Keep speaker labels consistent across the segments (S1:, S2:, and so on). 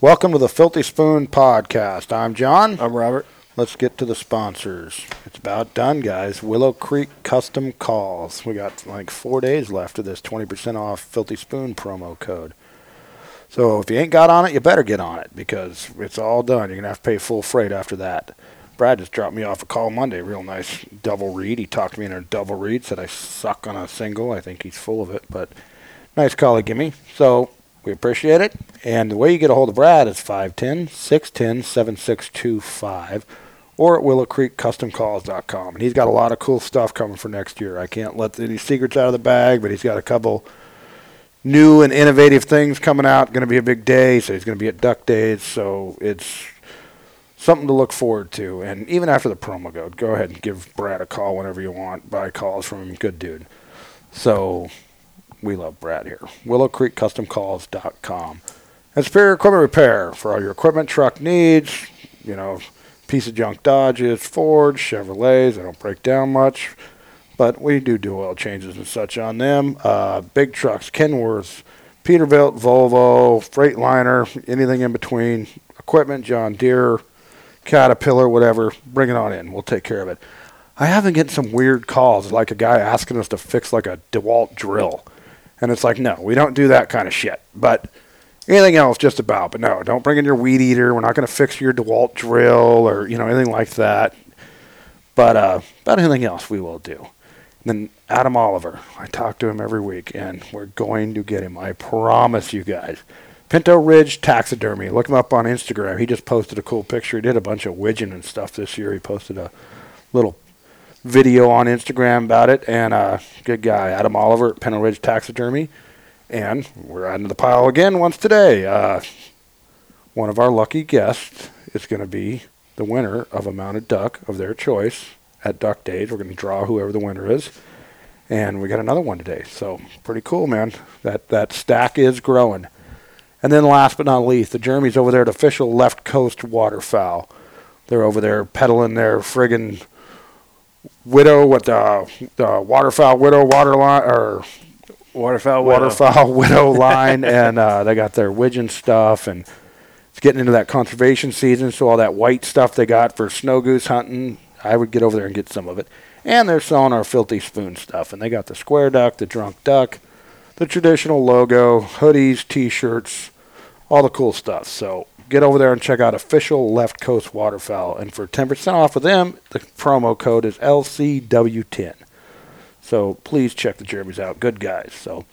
S1: Welcome to the Filthy Spoon podcast. I'm John.
S2: I'm Robert.
S1: Let's get to the sponsors. It's about done, guys. Willow Creek Custom Calls. We got like four days left of this 20% off Filthy Spoon promo code. So if you ain't got on it, you better get on it because it's all done. You're going to have to pay full freight after that. Brad just dropped me off a call Monday. Real nice double read. He talked to me in a double read, said I suck on a single. I think he's full of it, but nice call he give me. So we appreciate it. And the way you get a hold of Brad is 510 610 7625 or at willowcreekcustomcalls.com. And he's got a lot of cool stuff coming for next year. I can't let any secrets out of the bag, but he's got a couple new and innovative things coming out. Going to be a big day, so he's going to be at Duck Days. So it's something to look forward to. And even after the promo code, go ahead and give Brad a call whenever you want. Buy calls from him. Good dude. So we love Brad here. WillowCreekCustomCalls.com. And Superior Equipment Repair for all your equipment truck needs. You know, piece of junk Dodges, Fords, Chevrolets. They don't break down much, but we do do oil changes and such on them. Uh, big trucks, Kenworth, Peterbilt, Volvo, Freightliner, anything in between. Equipment, John Deere, Caterpillar, whatever. Bring it on in. We'll take care of it. I have been getting some weird calls, like a guy asking us to fix like a DeWalt drill. And it's like, no, we don't do that kind of shit. But anything else, just about. But no, don't bring in your weed eater. We're not going to fix your DeWalt drill or, you know, anything like that. But uh, about anything else, we will do. And then Adam Oliver, I talk to him every week, and we're going to get him. I promise you guys. Pinto Ridge Taxidermy. Look him up on Instagram. He just posted a cool picture. He did a bunch of widgeon and stuff this year. He posted a little video on Instagram about it. And uh, good guy, Adam Oliver at Pinto Ridge Taxidermy. And we're adding to the pile again once today. Uh, one of our lucky guests is going to be the winner of a mounted duck of their choice at Duck Days. We're going to draw whoever the winner is. And we got another one today. So pretty cool, man. That, that stack is growing. And then last but not least, the Jeremy's over there at official left coast waterfowl. They're over there peddling their friggin' widow, what the, the waterfowl widow water line or
S2: Waterfowl.
S1: waterfowl widow line, and uh, they got their widgeon stuff, and it's getting into that conservation season. So all that white stuff they got for snow goose hunting, I would get over there and get some of it. And they're selling our filthy spoon stuff, and they got the square duck, the drunk duck, the traditional logo, hoodies, t-shirts, all the cool stuff. So get over there and check out official Left Coast Waterfowl, and for ten percent off of them, the promo code is LCW10. So please check the Jeremy's out. Good guys. So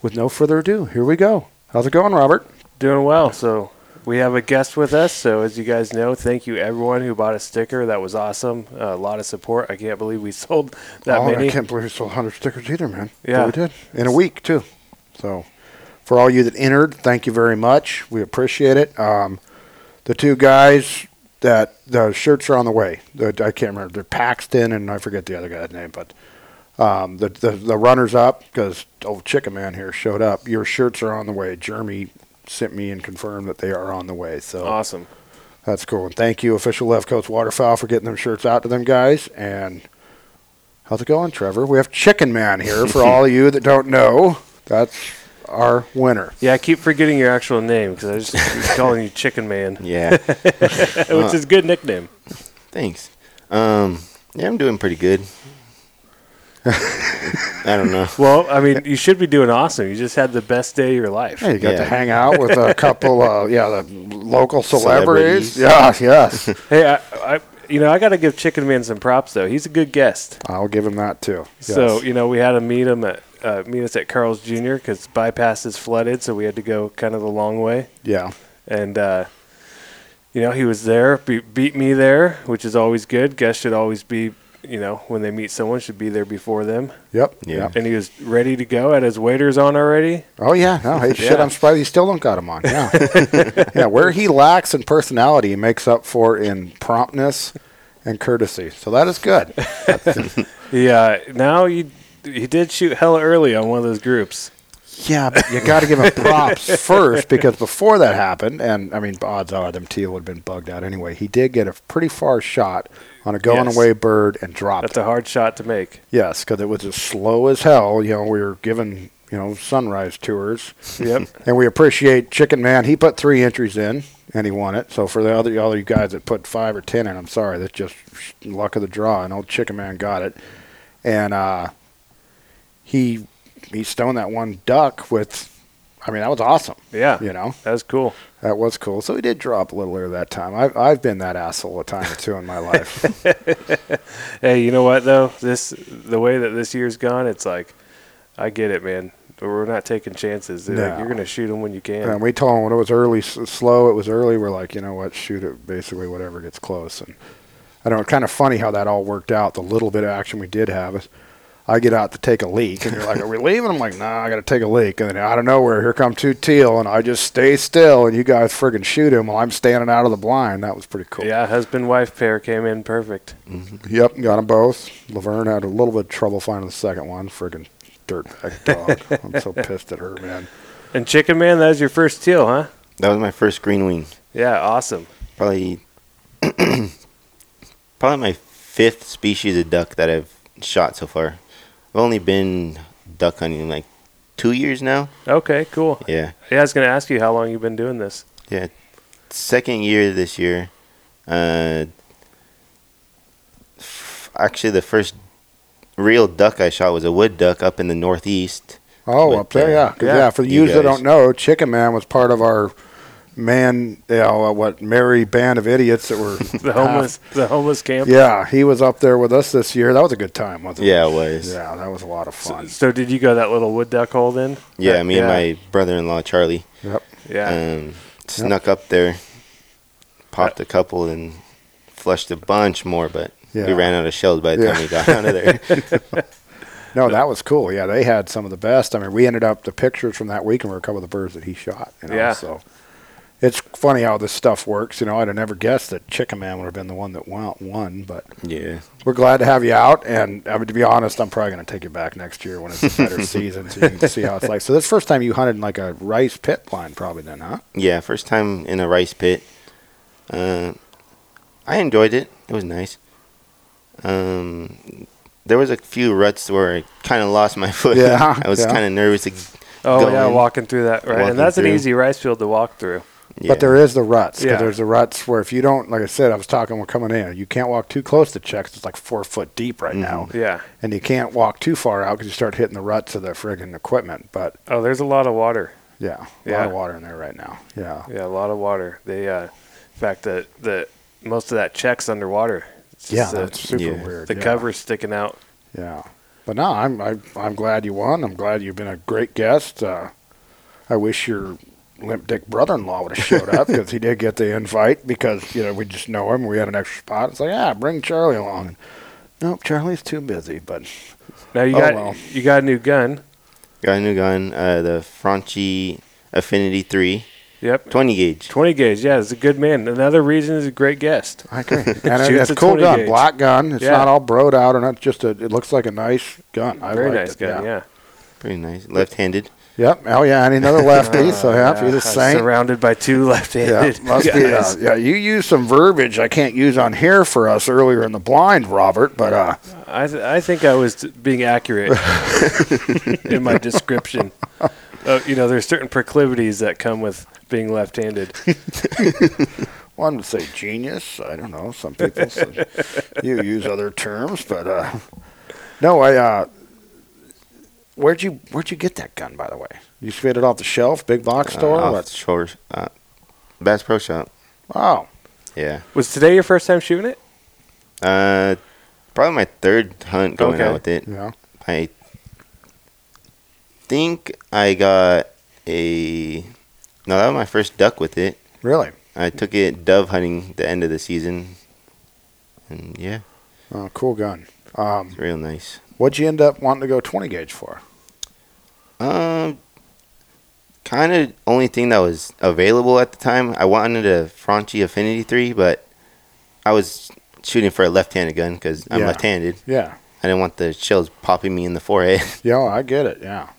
S1: with no further ado, here we go. How's it going, Robert?
S2: Doing well. So we have a guest with us. So as you guys know, thank you everyone who bought a sticker. That was awesome. a lot of support. I can't believe we sold that
S1: Oh,
S2: many.
S1: I can't believe we sold 100 stickers either, man. But
S2: Yeah.
S1: we did in a week too. So, for all you that entered, thank you very much. We appreciate it. Um, the two guys that the shirts are on the way. The, I can't remember. They're Paxton and I forget the other guy's name, but um, the, the the runners up because old Chicken Man here showed up. Your shirts are on the way. Jeremy sent me and confirmed that they are on the way. So
S2: Awesome.
S1: that's cool. And thank you, official Left Coast Waterfowl, for getting them shirts out to them guys. And how's it going, Trevor? We have Chicken Man here for all of you that don't know. That's our winner.
S2: Yeah, I keep forgetting your actual name because I just keep calling you Chicken Man,
S3: Yeah,
S2: which is a good nickname.
S3: thanks. Um, yeah, I'm doing pretty good. I don't know.
S2: Well, I mean, you should be doing awesome. You just had the best day of your life.
S1: Hey, you got to
S3: Yeah.
S1: hang out with a couple of yeah, the local celebrities.
S3: Celebrities.
S1: Yes, yes.
S2: Hey, I, I you know, I got to give Chicken Man some props though. He's a good guest.
S1: I'll give him that too. Yes.
S2: So you know, we had to meet him at uh, meet us at Carl's Jr. because bypass is flooded, so we had to go kind of the long way.
S1: yeah,
S2: And uh, you know, he was there, be- beat me there, which is always good. Guests should always be, you know, when they meet someone, should be there before them.
S1: yep,
S3: Yeah.
S1: yep.
S2: And he was ready to go. Had his waiters on already.
S1: Oh yeah, no, hey, shit,
S2: Yeah.
S1: I'm surprised he still don't got him on. Yeah, yeah, where he lacks in personality, he makes up for in promptness and courtesy. So that is good.
S2: Yeah. uh, Now he he did shoot hella early on one of those groups.
S1: Yeah, but you got to give him props first because before that happened, and I mean, odds are them teal would have been bugged out anyway. He did get a pretty far shot on a going
S2: Yes.
S1: away bird and dropped
S2: That's a hard shot to make.
S1: Yes, because it was as slow as hell. You know, we were given, you you know, sunrise tours.
S2: Yep.
S1: And we appreciate Chicken Man. He put three entries in and he won it. So for the other all you guys that put five or ten in, I'm sorry, that's just luck of the draw. And old Chicken Man got it. And uh, he he stoned that one duck with. I mean, that was awesome.
S2: Yeah.
S1: You know,
S2: That was cool.
S1: that was cool. So he did drop a little earlier that time. I've I've been that asshole a time or two in my life.
S2: Hey, you know what though? This the way that this year's gone, it's like I get it, man. We're not taking chances. They're
S1: No.
S2: Like, you're gonna shoot them when you can.
S1: And we told him when it was early, s- slow, it was early. We're like, you know what, shoot it, basically whatever gets close. And I don't know, kind of funny how that all worked out. The little bit of action we did have is I get out to take a leak, and you're like, are we leaving? I'm like, nah, I got to take a leak. And then out of nowhere, here come two teal, and I just stay still, and you guys friggin' shoot him while I'm standing out of the blind. That was pretty cool.
S2: Yeah, husband wife pair came in perfect.
S1: Yep, got them both. Laverne had a little bit of trouble finding the second one. Friggin' dirtbag dog. I'm so pissed at her, man.
S2: And Chicken Man, that was your first teal, huh?
S3: That was my first green wing.
S2: Yeah, awesome.
S3: Probably, probably my fifth species of duck that I've shot so far. I've only been duck hunting like two years now.
S2: Okay, cool.
S3: Yeah,
S2: Yeah, I was gonna ask you how long you've been doing this.
S3: yeah. Second year this year. Uh, f- actually, the first real duck I shot was a wood duck up in the northeast.
S1: Oh,
S3: But,
S1: up there,
S3: uh,
S1: yeah. 'Cause,
S2: yeah,
S1: yeah, for the
S3: you
S1: youths that
S3: guys-
S1: don't know, Chicken Man was part of our man, you know, uh, what, merry band of idiots that were
S2: The homeless, the homeless camp.
S1: yeah, he was up there with us this year. That was a good time, wasn't
S3: Yeah,
S1: it?
S3: it was. Yeah,
S1: Yeah, that was a lot of
S2: So,
S1: fun.
S2: so did you go that little wood duck hole
S1: Mm.
S2: then?
S3: me and my brother-in-law Charlie
S1: Yep. Uh,
S2: Yeah.
S3: um, snuck up there, popped a couple, and flushed a bunch more, but
S1: Yeah.
S3: we ran out of shells by the
S1: Yeah.
S3: time we got out of there.
S1: No, that was cool. Yeah, they had some of the best. I mean, we ended up the pictures from that weekend were a couple of the birds that he shot. You know,
S2: Yeah.
S1: So it's funny how this stuff works. You know, I'd have never guessed that Chicken Man would have been the one that won, won but
S3: yeah.
S1: We're glad to have you out, and I mean, to be honest, I'm probably going to take you back next year when it's a better season, so you can see how it's like. So this first time you hunted in like a rice pit line, probably then, huh?
S3: Yeah, first time in a rice pit. Uh, I enjoyed it. It was nice. Um, there was a few ruts where I kind of lost my foot.
S1: Yeah,
S3: I was
S1: yeah.
S3: kind of nervous. To,
S2: oh yeah,
S3: going,
S2: walking through that right,
S3: walking
S2: and that's
S3: through.
S2: an easy rice field to walk through.
S3: yeah.
S1: But there is the ruts. 'cause
S2: Yeah.
S1: There's the ruts where if you don't, like I said, I was talking when coming in, you can't walk too close to checks. It's like four foot deep right now,
S2: Mm-hmm. Yeah.
S1: and you can't walk too far out because you start hitting the ruts of the friggin' equipment. But
S2: Oh, there's a lot of water.
S1: yeah, a lot
S2: Yeah.
S1: of water in there right now. Yeah,
S2: Yeah, a lot of water. They, uh, in fact, the the most of that checks underwater. It's
S1: yeah,
S2: just the,
S1: that's super
S3: yeah.
S1: weird.
S2: the
S1: yeah.
S2: cover's sticking out.
S1: Yeah, but no, I'm I, I'm glad you won. I'm glad you've been a great guest. Uh, I wish your limp dick brother-in-law would have showed up because he did get the invite because you know we just know him. We had an extra spot. It's like ah, bring Charlie along. And, nope, Charlie's too busy. But
S2: Now you
S1: Oh,
S2: got
S1: well.
S2: you got a new gun.
S3: Got a new gun, uh, the Franchi Affinity 3,
S2: Yep.
S3: 20 gauge.
S2: 20 gauge. Yeah, it's a good man. Another reason is a great guest.
S1: I agree. And it,
S2: Shoots
S1: it's a
S2: a
S1: cool
S2: 20
S1: gun,
S2: gauge.
S1: black gun. It's
S2: Yeah.
S1: not all broed out, or not just a. It looks like a nice gun. I
S2: Very
S1: liked
S2: nice
S1: it,
S2: gun. Yeah.
S3: Pretty nice. Left handed.
S1: Yep. Oh yeah, and another lefty. so Oh, yeah, he's
S2: Uh,
S1: a saint.
S2: Surrounded by two
S1: Yeah,
S2: left-handed
S1: must be. Uh,
S2: guys.
S1: yeah, you used some verbiage I can't use on here for us earlier in the blind, Robert. But uh,
S2: I th- I think I was being accurate in my description. Uh, you know, there's certain proclivities that come with being left-handed.
S1: one would say genius. I don't know. Some people say you use other terms, but uh, no. I uh, where'd you where'd you get that gun? By the way, you just get it off the shelf, big box store.
S3: Uh, off
S1: What?
S3: shore, uh, Bass Pro Shop.
S1: Wow.
S3: Yeah.
S2: Was today your first time shooting it?
S3: Uh, probably my third hunt going
S2: Okay.
S3: out with it.
S1: Yeah.
S3: I think I got a. No, that was my first duck with it.
S1: Really.
S3: I took it dove hunting the end of the season. And yeah,
S1: Oh, cool gun. Um,
S3: it's real nice.
S1: what'd you end up wanting to go 20 gauge for?
S3: Um, kind of only thing that was available at the time. I wanted a Franchi Affinity 3, but I was shooting for a left handed gun because I'm
S1: Yeah.
S3: left handed.
S1: Yeah.
S3: I didn't want the shells popping me in the forehead.
S1: Yeah, oh, I get it. Yeah.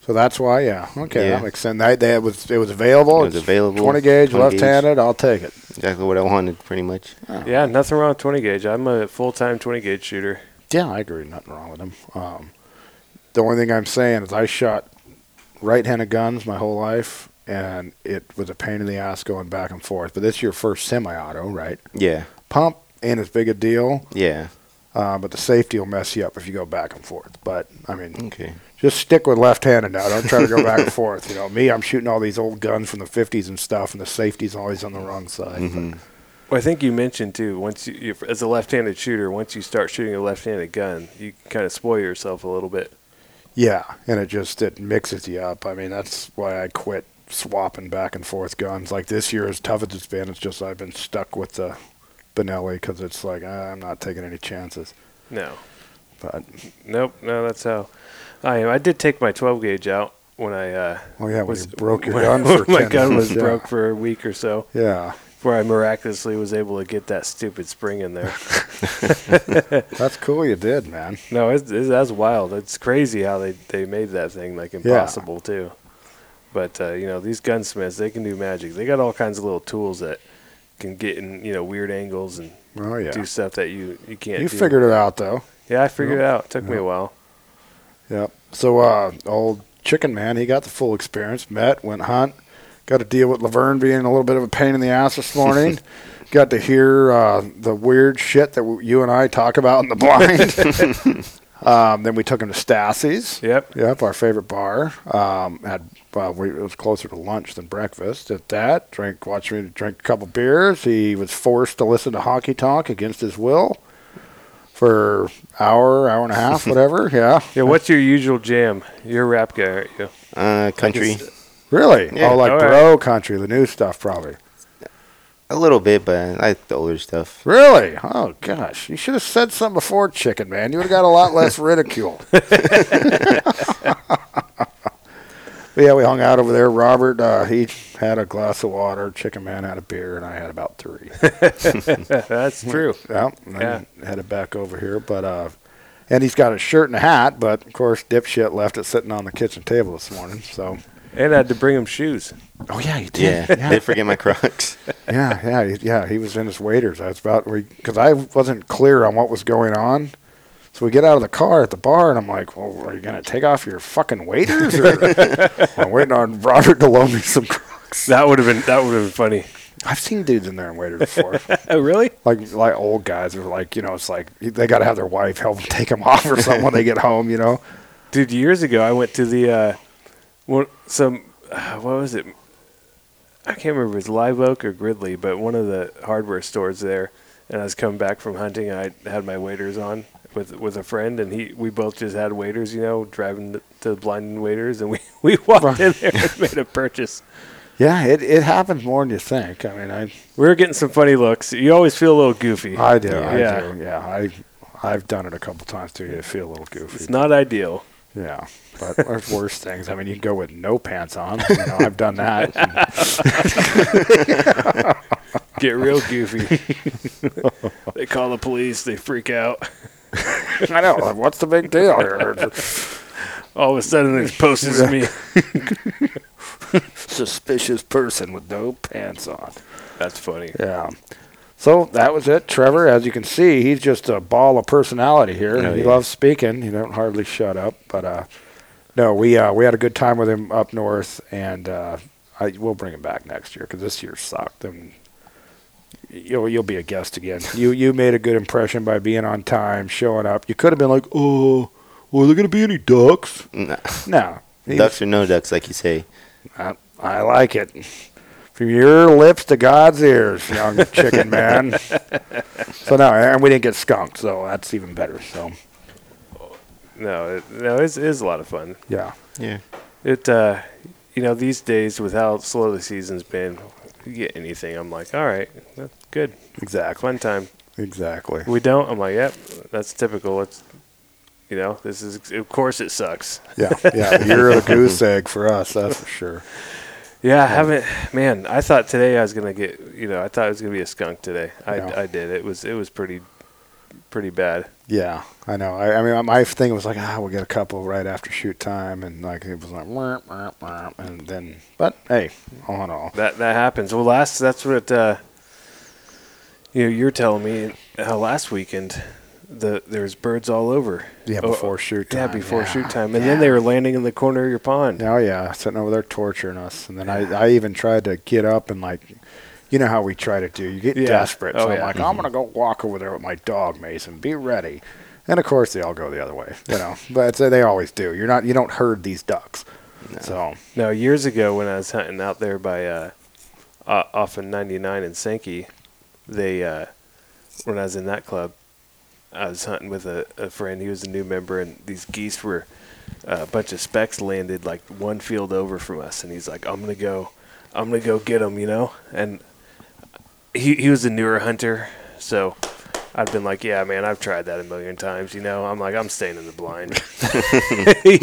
S1: So that's why, yeah. Okay,
S3: Yeah.
S1: that makes sense. That, that was it was available.
S3: It was
S1: It's
S3: available,
S1: Twenty gauge,
S3: 20 gauge.
S1: left-handed. I'll take it.
S3: exactly what I wanted, pretty much.
S2: Yeah, nothing wrong with 20 gauge. I'm a full-time 20 gauge shooter.
S1: Yeah, I agree. Nothing wrong with them. Um, The only thing I'm saying is I shot right-handed guns my whole life, and it was a pain in the ass going back and forth. But this is your first semi-auto, right?
S3: Yeah.
S1: Pump ain't as big a deal,
S3: Yeah.
S1: uh, but the safety will mess you up if you go back and forth. But I mean,
S3: Okay.
S1: just stick with left-handed now. Don't try to go back and forth. You know, me, I'm shooting all these old guns from the 50s and stuff, and the safety's always on the wrong side.
S2: Mm-hmm.
S3: Mhm.
S2: Well, I think you mentioned too. Once you, you, as a left-handed shooter, once you start shooting a left-handed gun, you kind of spoil yourself a little bit.
S1: Yeah, and it just it mixes you up. I mean, that's why I quit swapping back and forth guns. Like this year, as tough as it's been, it's just I've been stuck with the Benelli because it's like ah, I'm not taking any chances.
S2: No,
S1: But
S2: nope, no. That's how I am. I did take my 12 gauge out when I uh,
S1: oh yeah, when
S2: was
S1: you broke your
S2: when-
S1: gun for
S2: when my
S1: 10
S2: gun was
S1: yeah.
S2: broke for a week or so,
S1: Yeah,
S2: where I miraculously was able to get that stupid spring in there.
S1: that's cool. You did, man.
S2: No, it's, it's, that's wild. It's crazy how they, they made that thing like impossible too. But uh, you know these gunsmiths, they can do magic. They got all kinds of little tools that can get in you know weird angles and
S1: Oh yeah,
S2: do stuff that you you can't.
S1: you
S2: do.
S1: figured it out though.
S2: Yeah, I figured it out. It took me a while.
S1: Yep. So uh, old Chicken Man, he got the full experience. Met, went hunt, got to deal with Laverne being a little bit of a pain in the ass this morning. got to hear uh, the weird shit that w- you and I talk about in the blind. um, then we took him to Stassi's.
S2: Yep.
S1: Yep, our favorite bar. Um, had well, we, it was closer to lunch than breakfast. At that, drank, watched me drink a couple beers. He was forced to listen to honky tonk against his will for hour, hour and a half, whatever. Yeah,
S2: Yeah, what's your usual jam? You're a rap guy, aren't you?
S3: Uh, country.
S1: Really?
S3: Yeah.
S1: oh, like
S2: All right.
S1: bro country, the new stuff, probably.
S3: A little bit, but I like the older stuff.
S1: Really? Oh gosh, you should have said something before, chicken man. You would have got a lot less ridicule. but yeah, we hung out over there. Robert, uh, he had a glass of water. Chicken man had a beer, and I had about three.
S2: That's true.
S1: yeah, and then headed back over here, but uh, and he's got a shirt and a hat, but of course, dipshit left it sitting on the kitchen table this morning. So.
S2: And I had to bring him shoes.
S1: Oh yeah, he did.
S3: Yeah. Did forget my Crocs.
S1: yeah, yeah, he- yeah. He was in his waiters. That's about because I wasn't clear on what was going on. So we get out of the car at the bar, and I'm like, "Well, are you gonna take off your fucking waiters?" Or? I'm waiting on Robert to loan me some Crocs.
S2: That would have been that would have been funny.
S1: I've seen dudes in there in waiters before,
S2: Oh, really?
S1: like like old guys who are like, you know, it's like they got to have their wife help them take them off or something when they get home, you know.
S2: dude years ago i went to the uh one some uh, what was it i can't remember if it was live oak or gridley but one of the hardware stores there and i was coming back from hunting and i had my waders on with with a friend and he we both just had waders you know driving to the blind waders and we we walked in there and made a purchase
S1: Yeah, it it happens more than you think. I mean, I
S2: we were getting some funny looks you always feel a little goofy
S1: I do, I
S2: yeah
S1: do, yeah. I I've done it a couple times too. You feel a little goofy.
S2: it's not ideal
S1: Yeah, but there's worse things. I mean, you can go with no pants on. You know, I've done that.
S2: get real goofy they call the police they freak out
S1: I know. like, What's the big deal here?
S2: all of a sudden there's posters of me
S1: Suspicious person with no pants on.
S2: That's funny.
S1: Yeah. So that was it, Trevor. As you can see, he's just a ball of personality here.
S3: Oh,
S1: he
S3: yeah.
S1: loves speaking. He don't hardly shut up. But uh, no, we uh, we had a good time with him up north, and uh, I we'll bring him back next year because this year sucked. And you'll you'll be a guest again. you you made a good impression by being on time, showing up. You could have been like, oh, were there gonna be any ducks?
S3: Nah.
S1: No, He was-
S3: Ducks or no ducks, like you say.
S1: I, I like it. From your lips to God's ears, young chicken man. So no, and we didn't get skunked, so that's even better. So
S2: No, it, no, it's, it is a lot of fun.
S1: yeah,
S3: Yeah.
S2: It, uh, you know, these days with how slow the season's been, you get anything, I'm like, all right, that's good,
S1: exactly,
S2: fun time.
S1: exactly.
S2: We don't, I'm like, yep, that's typical. It's, you know, this is of course it sucks.
S1: Yeah, yeah. You're the goose egg for us, that's for sure.
S2: Yeah, I haven't. Man, I thought today I was gonna get. You know, I thought it was gonna be a skunk today. I,
S1: Yeah.
S2: I did. It was it was pretty, pretty bad.
S1: Yeah, I know. I, I mean, my thing was like, ah, we'll get a couple right after shoot time, and like it was like, "Wah, wah, wah," and then, but hey, all in all,
S2: That that happens. Well, last that's what uh, you know. You're telling me uh, last weekend the there's birds all over.
S1: Yeah,
S2: Oh,
S1: before shoot time.
S2: yeah, before shoot time, and
S1: yeah.
S2: then they were landing in the corner of your pond.
S1: Oh yeah, sitting over there torturing us, and then I, I even tried to get up and like, you know how we try to do. You get
S2: Yeah.
S1: desperate, so
S2: Oh,
S1: I'm
S2: yeah.
S1: like, I'm gonna go walk over there with my dog, Mason. Be ready. And of course, they all go the other way, you know. but so they always do. You're not you don't herd these ducks, so
S2: Now, years ago, when I was hunting out there by uh, uh, off of 99 in Sankey, they uh, when I was in that club, I was hunting with a, a friend. He was a new member, and these geese were uh, a bunch of specks landed like one field over from us, and he's like, "I'm gonna go, I'm gonna go get them," you know. And he he was a newer hunter, so. I've been like, yeah, man, I've tried that a million times. You know, I'm like, I'm staying in the blind.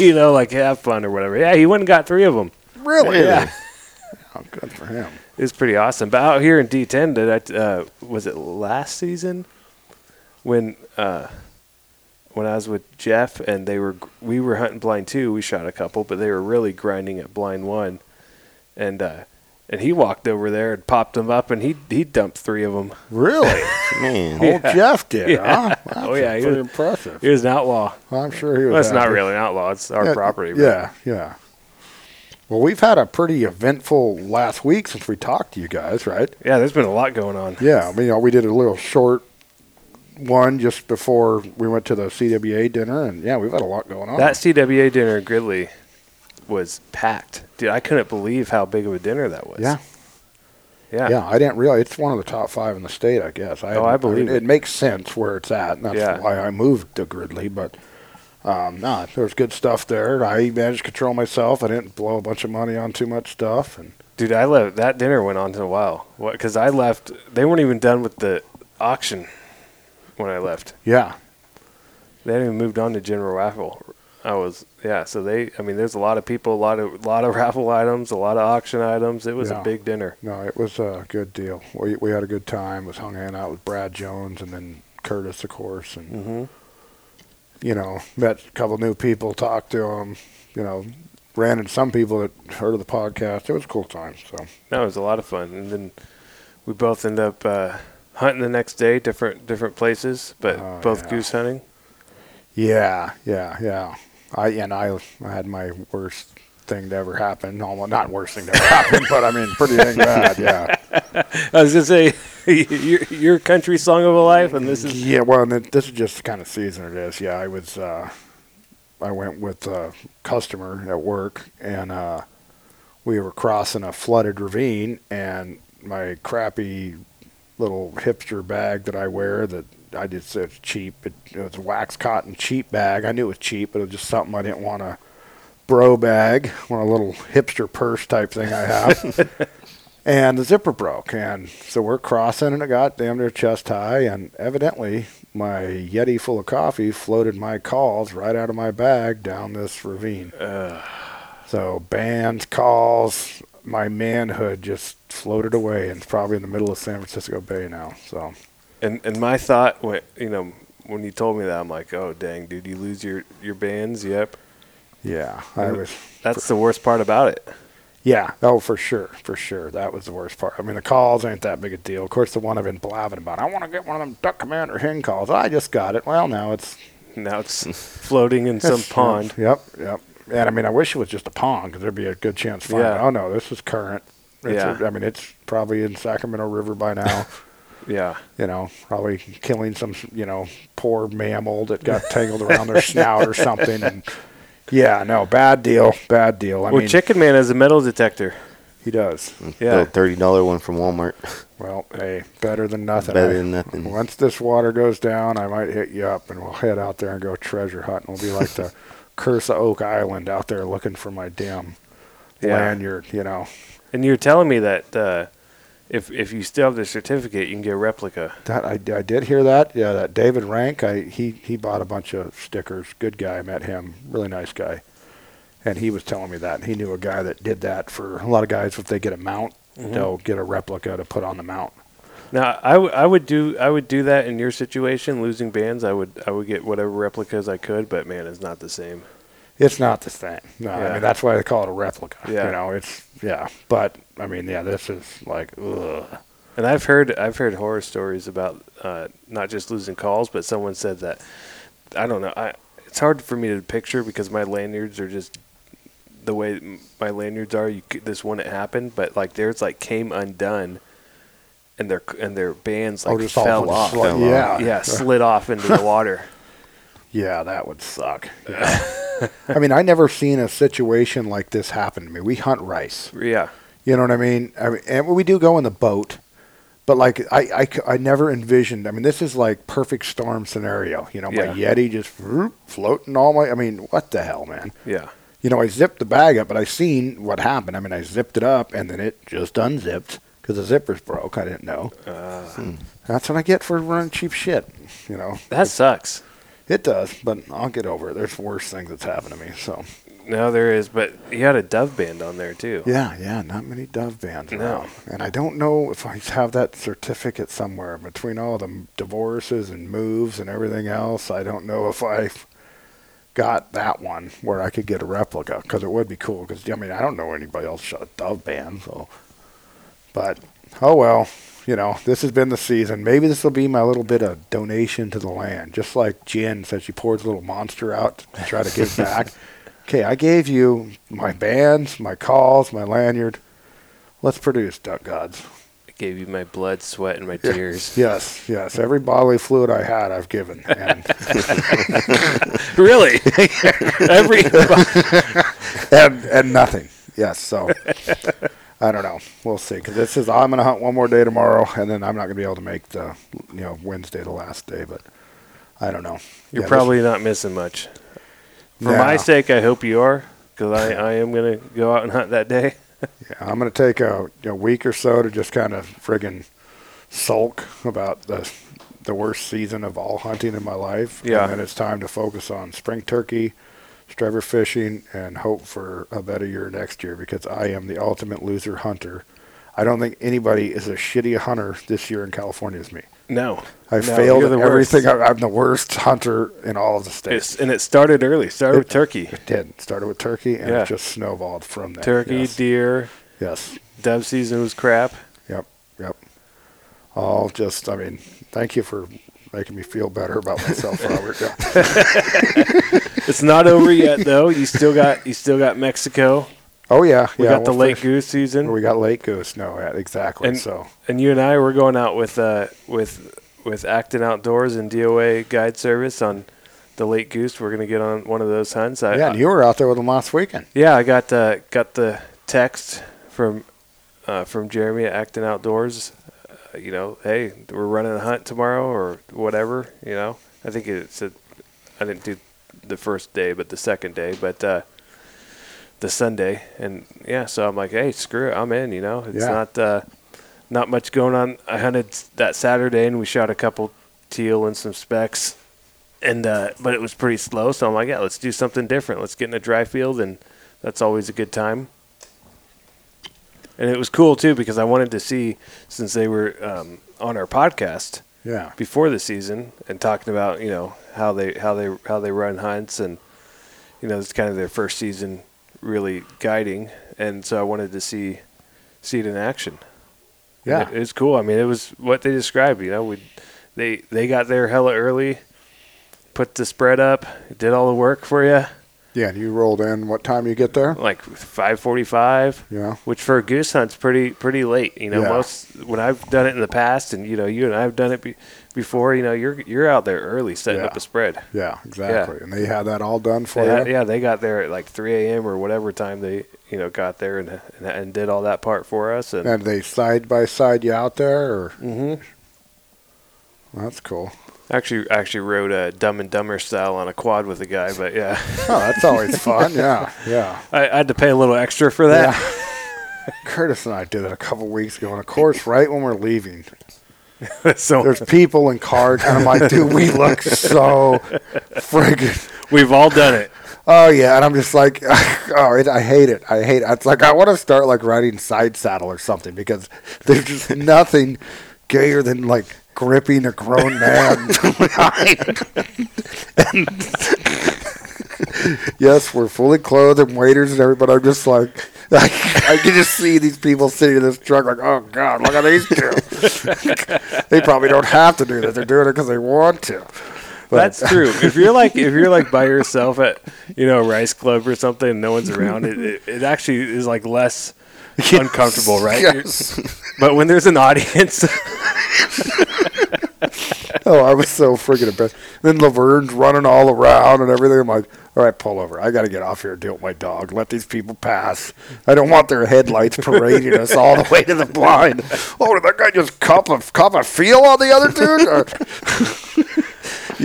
S2: you know, like have fun or whatever. Yeah, he went and got three of them.
S1: really,
S3: Really?
S1: yeah, oh, good for him.
S2: It was pretty awesome. But out here in D10, did I, uh, was it last season when uh, when I was with Jeff and they were we were hunting blind two. We shot a couple, but they were really grinding at blind one, and uh, and he walked over there and popped them up, and he he dumped three of them.
S1: Really,
S3: Man,
S1: old Jeff did, huh?
S2: Oh, yeah,
S1: that's
S2: he was-
S1: pretty impressive.
S2: He was an outlaw.
S1: Well, I'm sure he was.
S2: Well, it's not
S1: happy.
S2: really an outlaw. It's our
S1: Yeah,
S2: property. but-
S1: Yeah, yeah. Well, we've had a pretty eventful last week since we talked to you guys, right?
S2: yeah. There's been a lot going on.
S1: Yeah, you know, we did a little short one just before we went to the CWA dinner, and yeah, we've had a lot going on.
S2: That CWA dinner in Gridley was packed. Dude, I couldn't believe how big of a dinner that was.
S1: yeah,
S2: Yeah.
S1: yeah. I didn't realize it's one of the top five in the state, I guess. I
S2: Oh,
S1: hadn't-
S2: I believe
S1: mean,
S2: it.
S1: it makes sense where it's at, and that's
S2: Yeah.
S1: why I moved to Gridley. But um, nah, there's good stuff there. I managed to control myself. I didn't blow a bunch of money on too much stuff, and
S2: Dude, I left. That dinner went on to a while. Because I left. They weren't even done with the auction when I left.
S1: yeah,
S2: They hadn't even moved on to general raffle. I was, yeah. So they, I mean, there's a lot of people, a lot of, lot of raffle items, a lot of auction items. It was
S1: Yeah.
S2: a big dinner.
S1: No, it was a good deal. We we had a good time. Was hung out with Brad Jones and then Curtis, of course, and you know met a couple new people, talked to them. You know, ran into some people that heard of the podcast. It was a cool time. So
S2: No, it was a lot of fun. And then we both end up uh, hunting the next day, different, different places, but
S1: Oh,
S2: both
S1: yeah.
S2: goose hunting.
S1: yeah, yeah, yeah. I and I, I had my worst thing to ever happen. No, well, not worst thing to ever happen, but I mean pretty dang bad. Yeah.
S2: I was gonna say your your country song of a life, and this is
S1: Yeah, well, and it- this is just the kind of season it is. Yeah, I was, uh, I went with a customer at work, and uh, we were crossing a flooded ravine, and my crappy little hipster bag that I wear that I just said it's cheap. It, it was a wax cotton cheap bag. I knew it was cheap, but it was just something I didn't want to bro bag, one of a little hipster purse type thing I have. and the zipper broke, and so we're crossing, and it got damn near chest high, and evidently my Yeti full of coffee floated my calls right out of my bag down this ravine. So bands, calls, my manhood just floated away, and it's probably in the middle of San Francisco Bay now. So
S2: and and my thought went you know when you told me that I'm like oh dang dude you lose your your bands yep
S1: yeah, I was.
S2: that's the worst part about it
S1: Yeah, oh for sure, for sure. That was the worst part. I mean, the calls ain't that big a deal. Of course, the one I've been blabbing about. I want to get one of them duck commander hen calls. I just got it. Well, now it's
S2: now it's floating in some
S1: it's-
S2: pond
S1: Yep, yep. And I mean, I wish it was just a pond because there'd be a good chance. to Find
S2: Yeah.
S1: yeah. Oh no, this is current. It's
S2: Yeah.
S1: a- I mean, it's probably in Sacramento River by now.
S2: yeah
S1: you know, probably killing some, you know, poor mammal that got tangled around their snout or something. And yeah, no, bad deal, bad deal. I
S2: well
S1: mean,
S2: Chicken Man has a metal detector
S1: he does.
S2: yeah
S3: little thirty dollar one from Walmart.
S1: Well, hey, better than nothing.
S3: Better
S1: I-
S3: than nothing.
S1: Once this water goes down, I might hit you up, and we'll head out there and go treasure hunt. And we'll be like the Curse of Oak Island out there looking for my damn
S2: Yeah.
S1: lanyard. You know,
S2: and you're telling me that uh, if if you still have the certificate you can get a replica
S1: That I, I did hear that. Yeah, that David Rank. I he he bought a bunch of stickers. Good guy. I met him. Really nice guy. And he was telling me that he knew a guy that did that for a lot of guys. If they get a mount,
S2: Mm-hmm.
S1: they'll get a replica to put on the mount.
S2: now I, w- I would do I would do that in your situation losing bands I would I would get whatever replicas I could but man it's not the same
S1: It's not the same. No, I
S2: Yeah.
S1: mean that's why they call it a replica.
S2: Yeah.
S1: You know, it's yeah. But I mean, yeah, this is like ugh.
S2: And I've heard I've heard horror stories about uh, not just losing calls, but someone said that I don't know. I it's hard for me to picture because my lanyards are just the way m- my lanyards are. You c- this wouldn't happen, but like theirs like came undone, and their c- and their bands like
S1: oh, just all
S2: fell off.
S1: sli-
S3: fell
S1: yeah,
S2: yeah, slid off into the water.
S1: Yeah, that would suck. I mean, I never seen a situation like this happen to me. We hunt rice.
S2: Yeah,
S1: You know what I mean? I mean and we do go in the boat, but like I, I c- I never envisioned. I mean, this is like perfect storm scenario. You know, my
S2: Yeah.
S1: Yeti just vroom, floating all my. I mean, what the hell, man?
S2: yeah,
S1: You know, I zipped the bag up, but I seen what happened. I mean, I zipped it up and then it just unzipped because the zippers broke. I didn't know. Hmm. That's what I get for running cheap shit. You know,
S2: that sucks.
S1: it does, but I'll get over it. There's worse things that's happened to me. So
S2: No, there is, but you had a dove band on there too.
S1: yeah, yeah, not many Dove bands
S2: No.
S1: around, and I don't know if I have that certificate somewhere. Between all the m- divorces and moves and everything else, I don't know if I got that one where I could get a replica because it would be cool. Because I mean, I don't know anybody else shot a Dove band, so. But oh well, you know, this has been the season. Maybe this will be my little bit of donation to the land, just like Jen said she pours a little monster out to try to give back. Okay, I gave you my bands, my calls, my lanyard. Let's produce duck gods.
S2: I gave you my blood, sweat, and my tears.
S1: Yes, yes. Every bodily fluid I had, I've given. And,
S2: really? Every
S1: and, and nothing. Yes, so I don't know. We'll see. Because this is, I'm going to hunt one more day tomorrow, and then I'm not going to be able to make the, you know, Wednesday the last day, but I don't know. Yeah,
S2: you're
S1: this-
S2: probably not missing much. For
S1: No.
S2: my sake, I hope you are, because I, I am gonna go out and hunt that day.
S1: Yeah, I'm going to take a, a week or so to just kind of friggin' sulk about the the worst season of all hunting in my life.
S2: Yeah.
S1: And then it's time to focus on spring turkey, strebber fishing, and hope for a better year next year because I am the ultimate loser hunter. I don't think anybody is as shitty a hunter this year in California as me.
S2: No,
S1: I
S2: No,
S1: failed
S2: you're
S1: at
S2: the
S1: everything.
S2: worst.
S1: I, I'm the worst hunter in all of the states.
S2: It's, and it started early. Started with turkey,
S1: It did. Started with turkey and
S2: Yeah.
S1: it just snowballed from there.
S2: turkey,
S1: Yes.
S2: deer.
S1: yes.
S2: Dove season was crap.
S1: Yep, yep. All just, I mean, thank you for making me feel better about myself, Robert. Yeah.
S2: It's not over yet though. You still got you still got Mexico.
S1: Oh yeah,
S2: We
S1: yeah,
S2: got the
S1: well,
S2: late
S1: first-
S2: goose season.
S1: We got late goose. No, yeah, exactly.
S2: And-
S1: so
S2: and you and I were going out with uh, with with Acton Outdoors and DOA Guide Service on the Late Goose. We're gonna get on one of those hunts. I,
S1: yeah, and you were out there with them last weekend.
S2: yeah, I got uh, got the text from uh, from Jeremy at Acton Outdoors. Uh, you know, hey, we're running a hunt tomorrow or whatever. You know, I think it's a. I didn't do the first day, but the second day, but uh, the Sunday, and yeah. So I'm like, hey, screw it, I'm in. You know, it's
S1: Yeah.
S2: not uh, not much going on. I hunted that Saturday, and we shot a couple teal and some specks. And uh, but it was pretty slow, so I'm like, yeah, let's do something different. Let's get in a dry field, and that's always a good time. And it was cool too because I wanted to see since they were um, on our podcast
S1: Yeah,
S2: before the season and talking about you know how they how they how they run hunts and you know it's kind of their first season really guiding and so I wanted to see see it in action.
S1: yeah,
S2: And it, it was cool. I mean, it was what they described. You know, we they they got there hella early, put the spread up, did all the work for you
S1: yeah. And you rolled in. What time you get there?
S2: like five forty five.
S1: Yeah,
S2: which for a goose hunt's pretty pretty late. You know,
S1: Yeah.
S2: most when I've done it in the past, and you know, you and I have done it be, before. You know, you're you're out there early setting
S1: Yeah.
S2: up a spread.
S1: yeah, exactly. And they had that all done for
S2: They had-
S1: you.
S2: yeah, they got there at like 3 a.m. or whatever time they you know got there and and, and did all that part for us. And
S1: And they side by side you out there, or
S2: Mhm.
S1: that's cool.
S2: actually actually rode a Dumb and Dumber style on a quad with a guy, but yeah,
S1: Oh, that's always fun. Yeah, yeah.
S2: I, I had to pay a little extra for that.
S1: Yeah. Curtis and I did it a couple weeks ago, and of course, right when we're leaving,
S2: so
S1: there's people in cars, and I'm like, dude, we look so friggin'.
S2: we've all done it.
S1: Oh yeah, and I'm just like, oh, it, I hate it. I hate it. It's like I want to start like riding side saddle or something because there's just nothing gayer than like gripping a grown man. behind. And- yes, we're fully clothed and waiters and everything, but I'm just like, I, I can just see these people sitting in this truck like, oh god, look at these two. they probably don't have to do that. They're doing it because they want to. But
S2: That's true. If you're like if you're like by yourself at you know a rice club or something, and no one's around, it it, it actually is like less uncomfortable, right? You're-
S1: Yes.
S2: But when there's an audience,
S1: Oh, I was so freaking impressed. Then Laverne's running all around and everything. I'm like, all right, pull over. I got to get off here and deal with my dog. Let these people pass. I don't want their headlights parading us all the way to the blind. Oh, did that guy just cop a, cop a feel on the other dude? Or-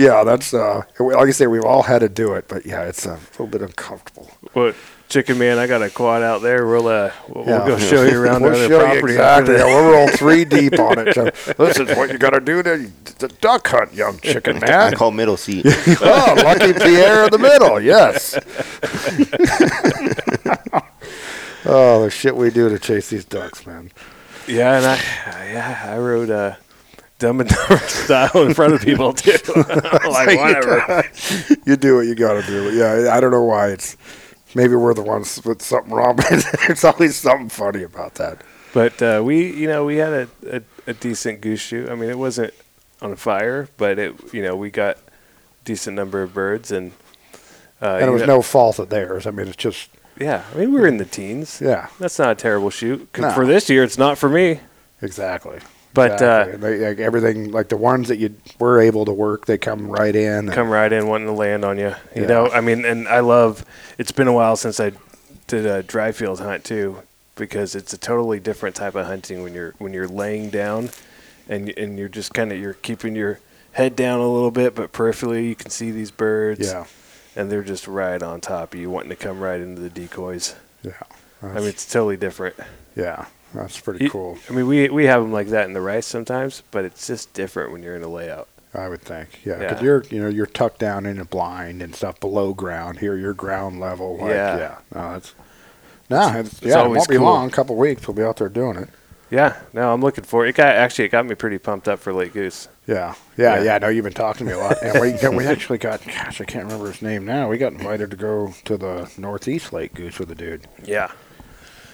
S1: yeah, that's, uh, like I say, we've all had to do it, but yeah, it's a little bit uncomfortable.
S2: well, Chicken Man, I got a quad out there. We'll uh, we'll,
S1: Yeah.
S2: we'll go show you around
S1: We'll
S2: the other
S1: show you
S2: property.
S1: exactly. Yeah, we're all three deep on it. So this is what you got to do to to duck hunt, young chicken
S3: I
S1: man.
S3: call middle seat.
S1: oh, lucky Pierre in the middle. Yes. oh, the shit we do to chase these ducks, man.
S2: Yeah, and I yeah I rode uh, Dumb and Dumber style in front of people too. like whatever.
S1: You do what you got to do. Yeah, I- I don't know why it's. Maybe we're the ones with something wrong, but there's always something funny about that.
S2: But uh, we, you know, we had a, a, a decent goose shoot. I mean, it wasn't on fire, but it, you know, we got decent number of birds, and uh,
S1: And it
S2: you
S1: was
S2: know-
S1: no fault of theirs. I mean, it's just
S2: yeah. I mean, we were in the teens.
S1: Yeah.
S2: that's not a terrible shoot 'Cause
S1: No.
S2: for this year. It's not for me.
S1: exactly.
S2: But, uh,
S1: Exactly. And they, like everything, like the ones that you were able to work, they come right in. and-
S2: come right in wanting to land on you. You
S1: Yeah.
S2: know, I mean, and I love. It's been a while since I did a dry field hunt too, because it's a totally different type of hunting when you're when you're laying down, and y- and you're just kind of you're keeping your head down a little bit, but peripherally you can see these birds.
S1: Yeah.
S2: And they're just right on top of you, wanting to come right into the decoys.
S1: Yeah.
S2: I mean, it's totally different.
S1: yeah. That's pretty
S2: You-
S1: cool.
S2: I mean, we we have them like that in the rice sometimes, but it's just different when you're in a layout.
S1: I would think, yeah, because
S2: Yeah.
S1: you're you know you're tucked down in a blind and stuff below ground. Here, you're ground level. Like,
S2: Yeah.
S1: yeah. no, it's no, it's,
S2: it's
S1: yeah, it
S2: always
S1: won't be
S2: cool.
S1: long. A couple weeks, we'll be out there doing it.
S2: Yeah, no, I'm looking forward. It got actually it got me pretty pumped up for late goose.
S1: Yeah, yeah,
S2: Yeah.
S1: yeah. I know you've been talking to me a lot, and we we actually got gosh, I can't remember his name now. We got invited to go to the Northeast Lake Goose with a dude.
S2: Yeah.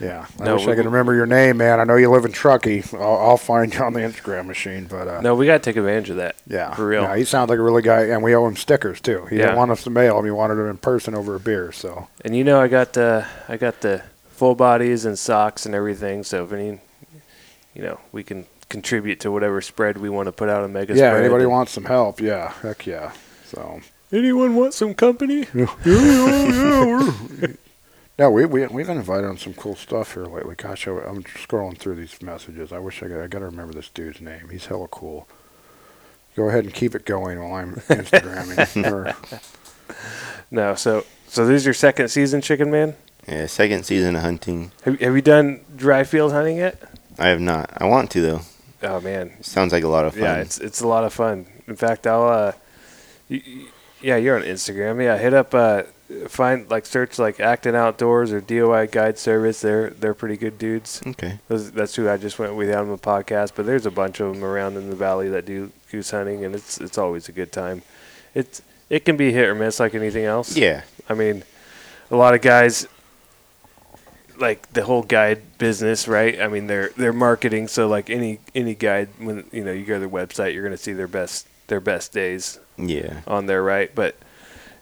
S1: Yeah, I
S2: No,
S1: wish
S2: we-
S1: I could remember your name, man. I know you live in Truckee. I'll, I'll find you on the Instagram machine, but uh,
S2: No, we gotta take advantage of that.
S1: Yeah,
S2: For real.
S1: No, he sounds like a really guy, and we owe him stickers too. He
S2: Yeah.
S1: didn't want us to mail him; he wanted them in person over a beer. So.
S2: and you know I got the I got the full bodies and socks and everything, so if any you know, we can contribute to whatever spread we want to put out on Mega
S1: yeah,
S2: Spread.
S1: anybody wants some help? Yeah, heck yeah. So
S2: anyone want some company?
S1: no, we we we've been invited on some cool stuff here lately. Gosh, I, I'm scrolling through these messages. I wish I could. I gotta remember this dude's name. He's hella cool. Go ahead and keep it going while I'm Instagramming. or,
S2: No, so so this is your second season, Chicken Man?
S3: yeah, second season of hunting.
S2: Have, have you done dry field hunting yet?
S3: I have not. I want to though.
S2: Oh man,
S3: Sounds like a lot of fun.
S2: Yeah, it's it's a lot of fun. In fact, I'll uh, y- y- yeah, you're on Instagram. Yeah, hit up uh, find like search like Acton Outdoors or DOI Guide Service. They're they're pretty good dudes.
S3: okay.
S2: Those, that's who I just went with on the podcast. But there's a bunch of them around in the valley that do goose hunting, and it's it's always a good time. It's it can be hit or miss like anything else.
S3: Yeah,
S2: I mean, a lot of guys like the whole guide business, right? I mean, they're they're marketing, so like any any guide when you know you go to their website, you're going to see their best their best days
S3: yeah.
S2: on there, right? But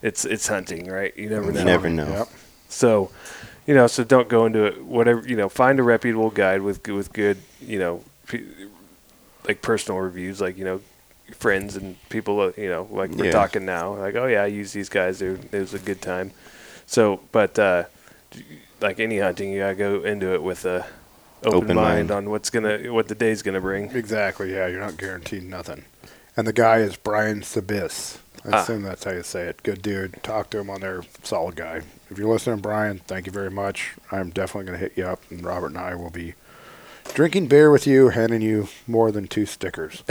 S2: it's it's hunting, right? You never know.
S3: You never know.
S1: Yep.
S2: So, you know, so don't go into it. Whatever you know, find a reputable guide with with good, you know, pe- like personal reviews, like you know, friends and people, uh, you know, like we're
S3: Yeah.
S2: talking now. Like, oh yeah, I use these guys. They're, it was a good time. So, but uh, like any hunting, you gotta go into it with a open,
S3: Open
S2: mind,
S3: mind.
S2: on what's gonna what the day's gonna bring.
S1: Exactly. Yeah, you're not guaranteed nothing. And the guy is Brian Sabis. I
S2: Ah.
S1: assume that's how you say it. Good dude. Talk to him on there. Solid guy. If you're listening, Brian, thank you very much. I'm definitely going to hit you up, and Robert and I will be drinking beer with you, handing you more than two stickers.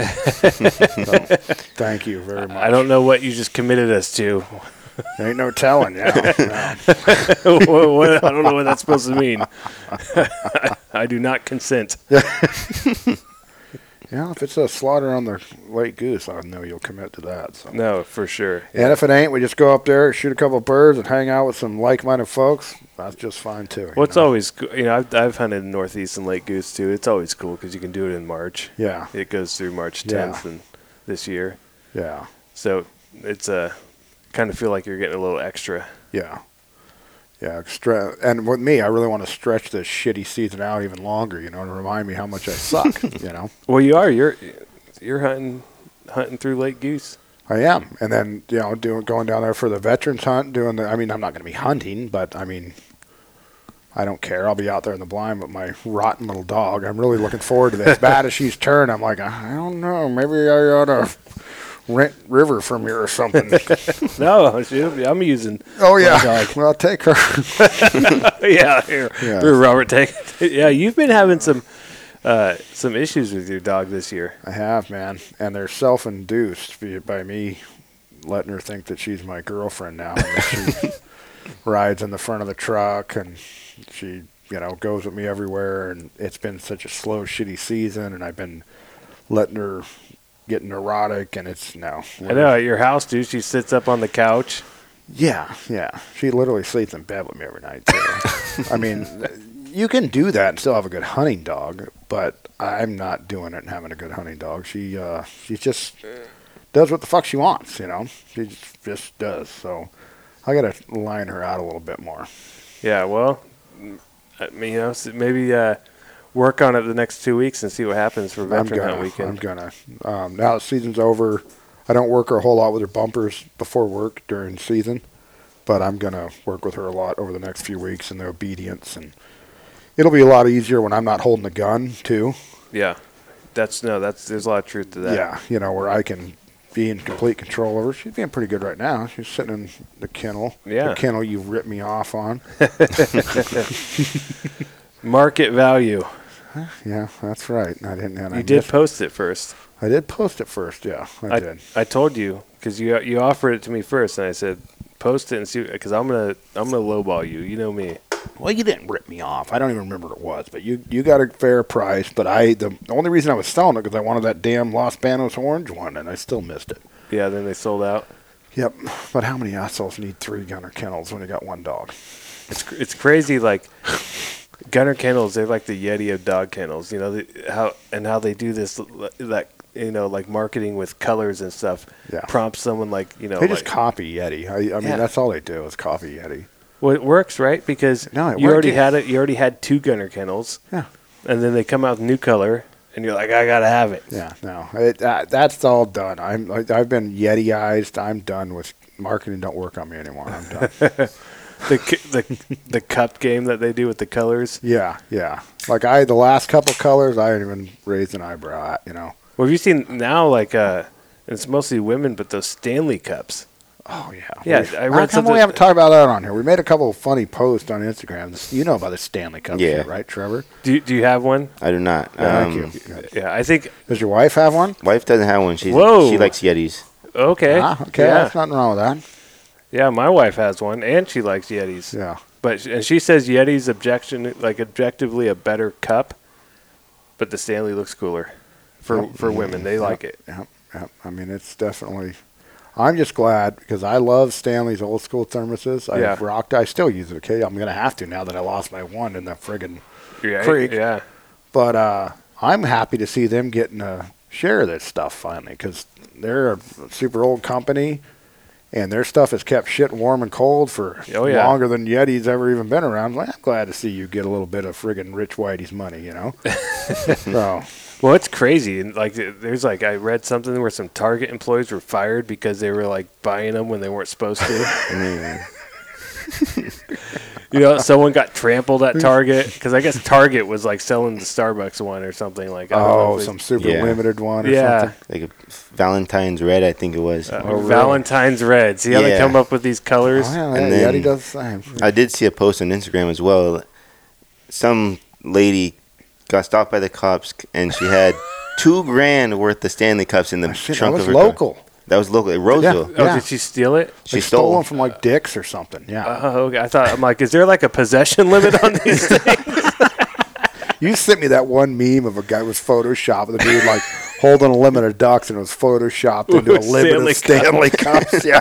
S1: so, thank you very much.
S2: I don't know what you just committed us to.
S1: Ain't no telling. Yeah. no.
S2: What- what- I don't know what that's supposed to mean. I do not consent.
S1: Yeah, if it's a slaughter on the late goose, I know you'll commit to that. So.
S2: No, for sure.
S1: And if it ain't, we just go up there, shoot a couple birds, and hang out with some like-minded folks. That's just fine too. you
S2: Well, it's
S1: know?
S2: always coo- you know I've, I've hunted Northeast and Lake Goose too. It's always cool because you can do it in March.
S1: Yeah,
S2: It goes through March
S1: Yeah.
S2: 10th and this year,
S1: yeah,
S2: so it's uh, kind of feel like you're getting a little extra.
S1: yeah, yeah. Extra. And with me, I really want to stretch this shitty season out even longer. You know, to remind me how much I suck. you know,
S2: Well, you are. You're you're hunting hunting through Lake Goose.
S1: I am. And then you know, doing going down there for the veterans hunt, doing the. I mean, I'm not going to be hunting, but I mean. I don't care. I'll be out there in the blind with my rotten little dog. I'm really looking forward to this. Bad as she's turned, I'm like, I don't know. Maybe I ought to rent River from here or something.
S2: No, she'll- I'm using.
S1: Oh yeah.
S2: dog.
S1: Well, take her.
S2: yeah, here,
S1: Yeah.
S2: here, Robert. Take. yeah, you've been having some uh, some issues with your dog this year.
S1: I have, man, and they're self-induced be- by me letting her think that she's my girlfriend now. and that she rides in the front of the truck, and she, you know, goes with me everywhere. And it's been such a slow, shitty season, and I've been letting her get neurotic, and it's no.
S2: I know at your house, dude. She sits up on the couch.
S1: Yeah, yeah. She literally sleeps in bed with me every night. Too. I mean, you can do that and still have a good hunting dog, but I'm not doing it and having a good hunting dog. She uh, she just does what the fuck she wants, you know. She just, just does. So I gotta line her out a little bit more.
S2: Yeah, well, I mean, you know, s- maybe uh, work on it the next two weeks and see what happens for
S1: I'm
S2: Veteran Hunt
S1: gonna. I'm
S2: weekend.
S1: gonna. Um, now the season's over. I don't work her a whole lot with her bumpers before work during season, but I'm gonna work with her a lot over the next few weeks in the obedience, and it'll be a lot easier when I'm not holding the gun too.
S2: Yeah, that's no, that's there's a lot of truth to that.
S1: Yeah, you know where I can be in complete control of her. She's being pretty good right now. She's sitting in the kennel.
S2: Yeah.
S1: the kennel you ripped me off on.
S2: market value.
S1: yeah, that's right. I didn't. And I
S2: you did
S1: missed-
S2: post it first.
S1: I did post it first. Yeah, I,
S2: I,
S1: did.
S2: I told you because you you offered it to me first, and I said post it and see because I'm gonna I'm gonna lowball you. You know me.
S1: Well, you didn't rip me off. I don't even remember what it was, but you you got a fair price. But I the only reason I was selling it because I wanted that damn Los Banos orange one, and I still missed it.
S2: Yeah. Then they sold out.
S1: Yep. But how many assholes need three gunner kennels when you got one dog?
S2: It's cr- it's crazy. Like Gunner kennels, they're like the Yeti of dog kennels. You know they, how and how they do this l- that you know like marketing with colors and stuff.
S1: Yeah.
S2: Prompts someone like you know
S1: they
S2: like,
S1: just copy Yeti. I, I mean,
S2: Yeah.
S1: that's all they do is copy Yeti.
S2: well it works right because
S1: No, it
S2: you
S1: worked,
S2: already
S1: yeah.
S2: had it. You already had two Gunner kennels,
S1: Yeah.
S2: and then they come out with new color, and you're like I gotta have it.
S1: Yeah. No, it, uh, that's all done. I'm I, I've been Yetiized. I'm done with marketing. Don't work on me anymore. I'm done.
S2: the cu- the the cup game that they do with the colors.
S1: yeah. Yeah. Like I the last couple colors, I didn't even raise an eyebrow. At, you know.
S2: Well, have you seen now? Like, uh, it's mostly women, but those Stanley cups.
S1: Oh yeah,
S2: Yeah,
S1: We've-
S2: I read
S1: How come
S2: something-
S1: we haven't talked about that on here? We made a couple of funny posts on Instagram. You know about the Stanley Cup,
S3: Yeah.
S1: shit, right, Trevor?
S2: Do you- do you have one?
S3: I do not. um,
S1: Thank you. Yeah.
S2: Yeah, I think.
S1: Does your wife have one?
S3: Wife doesn't have one. She's
S2: Whoa.
S3: she likes Yetis.
S2: Okay.
S1: Ah, okay,
S2: Eh? Yeah.
S1: that's nothing wrong with that.
S2: yeah, my wife has one, and she likes Yetis.
S1: Yeah,
S2: But sh- and she says Yeti's objection, like objectively, a better cup, but the Stanley looks cooler for for women. They like it.
S1: yeah, yeah. I mean, it's definitely. I'm just glad because I love Stanley's old school thermoses. I
S2: Yeah.
S1: have rocked. I still use it. Okay, I'm gonna have to now that I lost my one in the friggin'.
S2: Yeah.
S1: Creek.
S2: Yeah.
S1: But uh, I'm happy to see them getting a share of this stuff finally because they're a super old company and their stuff has kept shit warm and cold for
S2: Oh, yeah.
S1: longer than Yeti's ever even been around. I'm, like, I'm glad to see you get a little bit of friggin' Rich Whitey's money, you know? so,
S2: Well, it's crazy. And like, th- there's like I read something where some Target employees were fired because they were like buying them when they weren't supposed to.
S1: Mm.
S2: you know, someone got trampled at Target because I guess Target was like selling the Starbucks one or something like. I don't know
S1: oh,
S2: if it-
S1: some super
S3: Yeah.
S1: limited one or
S2: yeah.
S1: something.
S3: Like a Valentine's red, I think it was.
S2: Uh,
S1: Oh, really?
S2: Valentine's Red. See how they
S3: Yeah.
S2: come up with these colors?
S1: Oh, yeah,
S3: And
S1: yeah, Yeti
S3: then-
S1: does the same.
S3: I did see a post on Instagram as well. Some lady got stopped by the cops and she had two grand worth of Stanley cups in the
S1: Shit, that
S3: trunk
S1: was
S3: of her car.
S1: local.
S3: That was local. At Roseville.
S1: Yeah.
S2: Oh, did she steal it? Uh,
S3: She
S1: They
S3: stole.
S1: stole them from like Dick's or something. Yeah.
S2: Oh, okay. I thought I'm like, is there like a possession limit on these things?
S1: You sent me that one meme of a guy who was photoshopped the dude like holding a limit of ducks and it was photoshopped into a
S2: With
S1: limit of Stanley
S2: Stanley
S1: Cups. Yeah,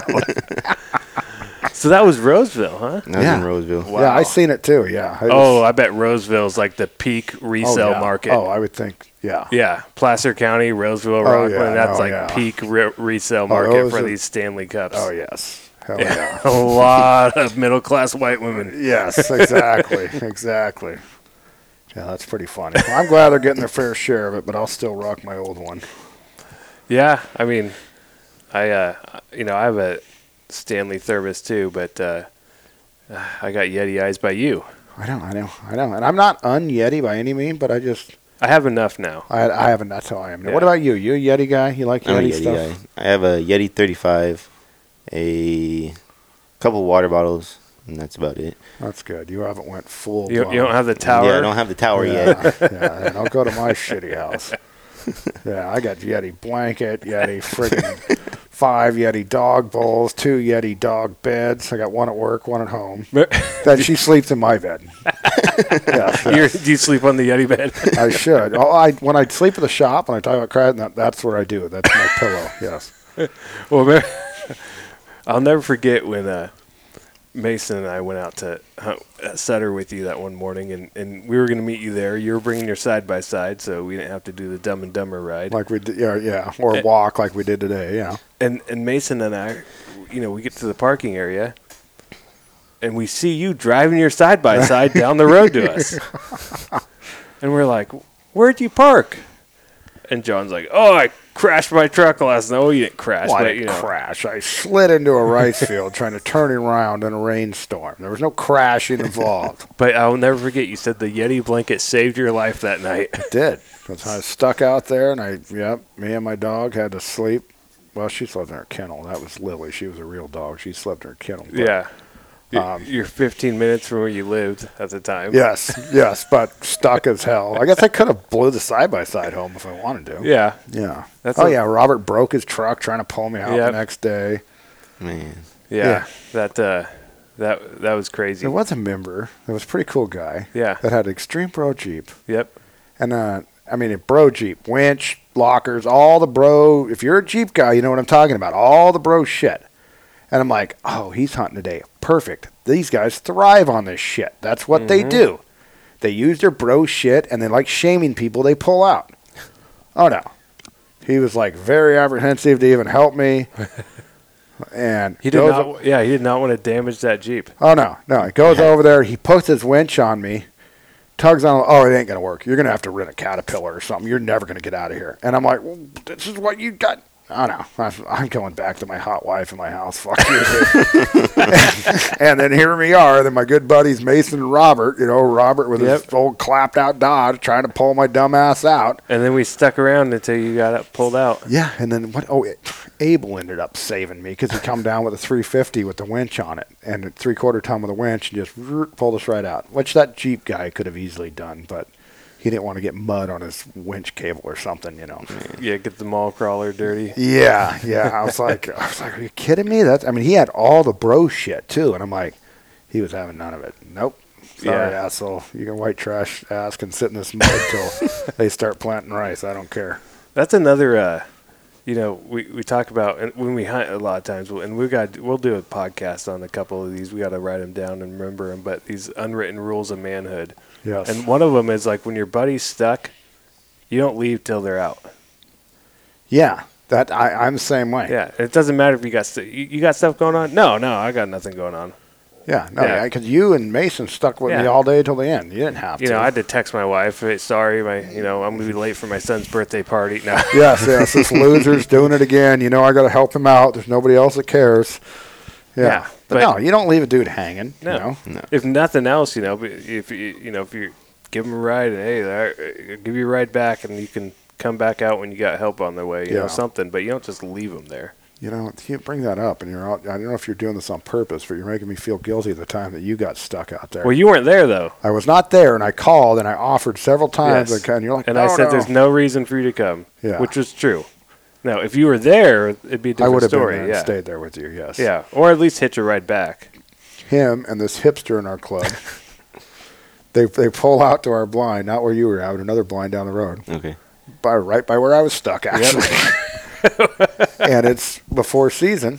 S2: So that was Roseville, huh?
S3: That was
S1: Yeah.
S3: in Roseville.
S1: yeah, I seen it too. Yeah. I
S2: Oh,
S1: was-
S2: I bet Roseville's like the peak resale
S1: yeah.
S2: market.
S1: Oh, I would think. Yeah.
S2: Yeah, Placer County, Roseville,
S1: yeah,
S2: Rockland. that's
S1: oh,
S2: like
S1: yeah. Oh,
S2: peak re- resale market
S1: those
S2: for
S1: are-
S2: these Stanley Cups.
S1: Oh yes. Hell yeah.
S2: a lot of middle class white women.
S1: yes, exactly, exactly. Yeah, that's pretty funny. Well, I'm glad they're getting their fair share of it, but I'll still rock my old one.
S2: Yeah, I mean, I uh, you know I have a Stanley Thermos too, but uh, I got Yeti eyes by you.
S1: I know, I know, I know. And I'm not un Yeti by any mean, but I just
S2: I have enough now.
S1: I I haven't. That's how I am. Now, What
S2: Yeah.
S1: about you? You a Yeti guy? You like
S3: I'm a
S1: Yeti,
S3: Yeti
S1: stuff?
S3: guy. I have a Yeti 35, a couple water bottles, and that's about it.
S1: That's good. You haven't went full.
S2: You, you don't have the tower.
S3: Oh, Yeah, I don't have the tower yet.
S1: Yeah, yeah, don't go to my shitty house. Yeah, I got Yeti blanket, Yeti friggin' five Yeti dog bowls, two Yeti dog beds. I got one at work, one at home. Then she sleeps in my bed. yeah, so
S2: You're- do you sleep on the Yeti bed?
S1: I should. Oh, I when I sleep at the shop when I talk about crime, that, that's where I do. it. That's my pillow. Yes.
S2: Well, remember- I'll never forget when uh, Mason and I went out to hunt uh, Sutter with you that one morning, and, and we were going to meet you there. You were bringing your side by side, so we didn't have to do the Dumb and Dumber ride.
S1: Like we did, yeah, yeah,
S2: Eh.
S1: or walk like we did today. Yeah.
S2: and and Mason and I, you know, we get to the parking area, and we see you driving your side by side down the road to us, and we're like, "Where'd you park?" And John's like, "Oh, I crashed my truck last night." Oh, you didn't crash,
S1: Well, I
S2: but
S1: didn't
S2: you know,
S1: crash. I slid into a rice field trying to turn it around in a rainstorm. There was no crashing involved.
S2: But I'll never forget you said the Yeti blanket saved your life that night.
S1: It did. 'Cause I was stuck out there, and I, yep, me and my dog had to sleep. Well, she slept in her kennel. That was Lily. She was a real dog. She slept in her kennel. but-
S2: yeah. Y-
S1: Um,
S2: You're 15 minutes from where you lived at the time.
S1: Yes, yes, but stuck as hell. I guess I could have blew the side by side home if I wanted to.
S2: Yeah.
S1: Yeah.
S2: That's
S1: oh
S2: a-
S1: yeah, Robert broke his truck trying to pull me out
S2: Yep.
S1: the next day.
S3: Man.
S1: Yeah.
S2: Yeah. That uh that that was crazy.
S1: There was a member that was a pretty cool guy.
S2: Yeah.
S1: That had an extreme pro Jeep.
S2: Yep.
S1: And uh I mean a bro Jeep, winch, lockers, all the bro if you're a Jeep guy, you know what I'm talking about. All the bro shit. And I'm like, oh, he's hunting today. Perfect. These guys thrive on this shit. That's what
S2: Mm-hmm.
S1: they do. They use their bro shit and they like shaming people they pull out. Oh no. He was like very apprehensive to even help me. And
S2: He did
S1: goes-
S2: not Yeah, he did not want to damage that Jeep.
S1: Oh no, no! It goes over there. He puts his winch on me, tugs on. Oh, it ain't gonna work. You're gonna have to rent a caterpillar or something. You're never gonna get out of here. And I'm like, well, this is what you got. Oh no, I'm- I'm going back to my hot wife in my house. Fuck you. dude. and then here we are. Then my good buddies Mason and Robert. You know, Robert with his
S2: Yep.
S1: old clapped out Dodge trying to pull my dumb ass out.
S2: And then we stuck around until you got up, pulled out.
S1: Yeah, and then what? Oh, it, Abel ended up saving me because he come down with a 350 with the winch on it and a three quarter ton with a winch and just root, pulled us right out. Which that Jeep guy could have easily done, but he didn't want to get mud on his winch cable or something, you know.
S2: Yeah, get the mall crawler dirty.
S1: Yeah, yeah. I was like, I was like, are you kidding me? That's. I mean, he had all the bro shit too, and I'm like, he was having none of it. Nope. Sorry,
S2: Yeah.
S1: asshole. You can white trash ass can sit in this mud till they start planting rice. I don't care.
S2: That's another uh you know, we, we talk about and when we hunt a lot of times, we'll- and we got we'll do a podcast on a couple of these. We got to write them down and remember them. But these unwritten rules of manhood,
S1: Yes.
S2: And one of them is like when your buddy's stuck, you don't leave till they're out.
S1: yeah. That I, I'm the same way.
S2: Yeah, it doesn't matter if you got st- you, you got stuff going on. No, no, I got nothing going on.
S1: Yeah, no,
S2: Yeah.
S1: yeah, because you and Mason stuck with me
S2: Yeah.
S1: all day till the end. You didn't have
S2: You
S1: to.
S2: know, I had to text my wife. Hey, sorry, my you know I'm gonna be late for my son's birthday party. No,
S1: yes, yes, this loser's doing it again. You know, I got to help him out. There's nobody else that cares. Yeah,
S2: Yeah,
S1: but,
S2: but-
S1: no, you don't leave a dude hanging.
S2: no.
S1: you know?
S2: If nothing else, you know, but if you you know if you give him a ride, hey, all right, I'll give you a ride back, and you can come back out when you got help on the way. You
S1: Yeah.
S2: know something, but you don't just leave them there.
S1: you know, you bring that up, and you're out. I don't know if you're doing this on purpose, but you're making me feel guilty the time that you got stuck out there.
S2: Well, you weren't there though.
S1: I was not there, and I called, and I offered several times,
S2: Yes.
S1: and you're like,
S2: And
S1: no,
S2: I said,
S1: no.
S2: "There's no reason for you to come,"
S1: Yeah.
S2: which was true. Now, if you were there, it'd be a
S1: I
S2: different
S1: would have
S2: story.
S1: been there
S2: yeah,
S1: and stayed there with you. Yes.
S2: yeah, or at least hitch a ride back.
S1: him and this hipster in our club They they pull out to our blind, not where you were out, another blind down the road,
S3: Okay.
S1: by right by where I was stuck actually. and it's before season,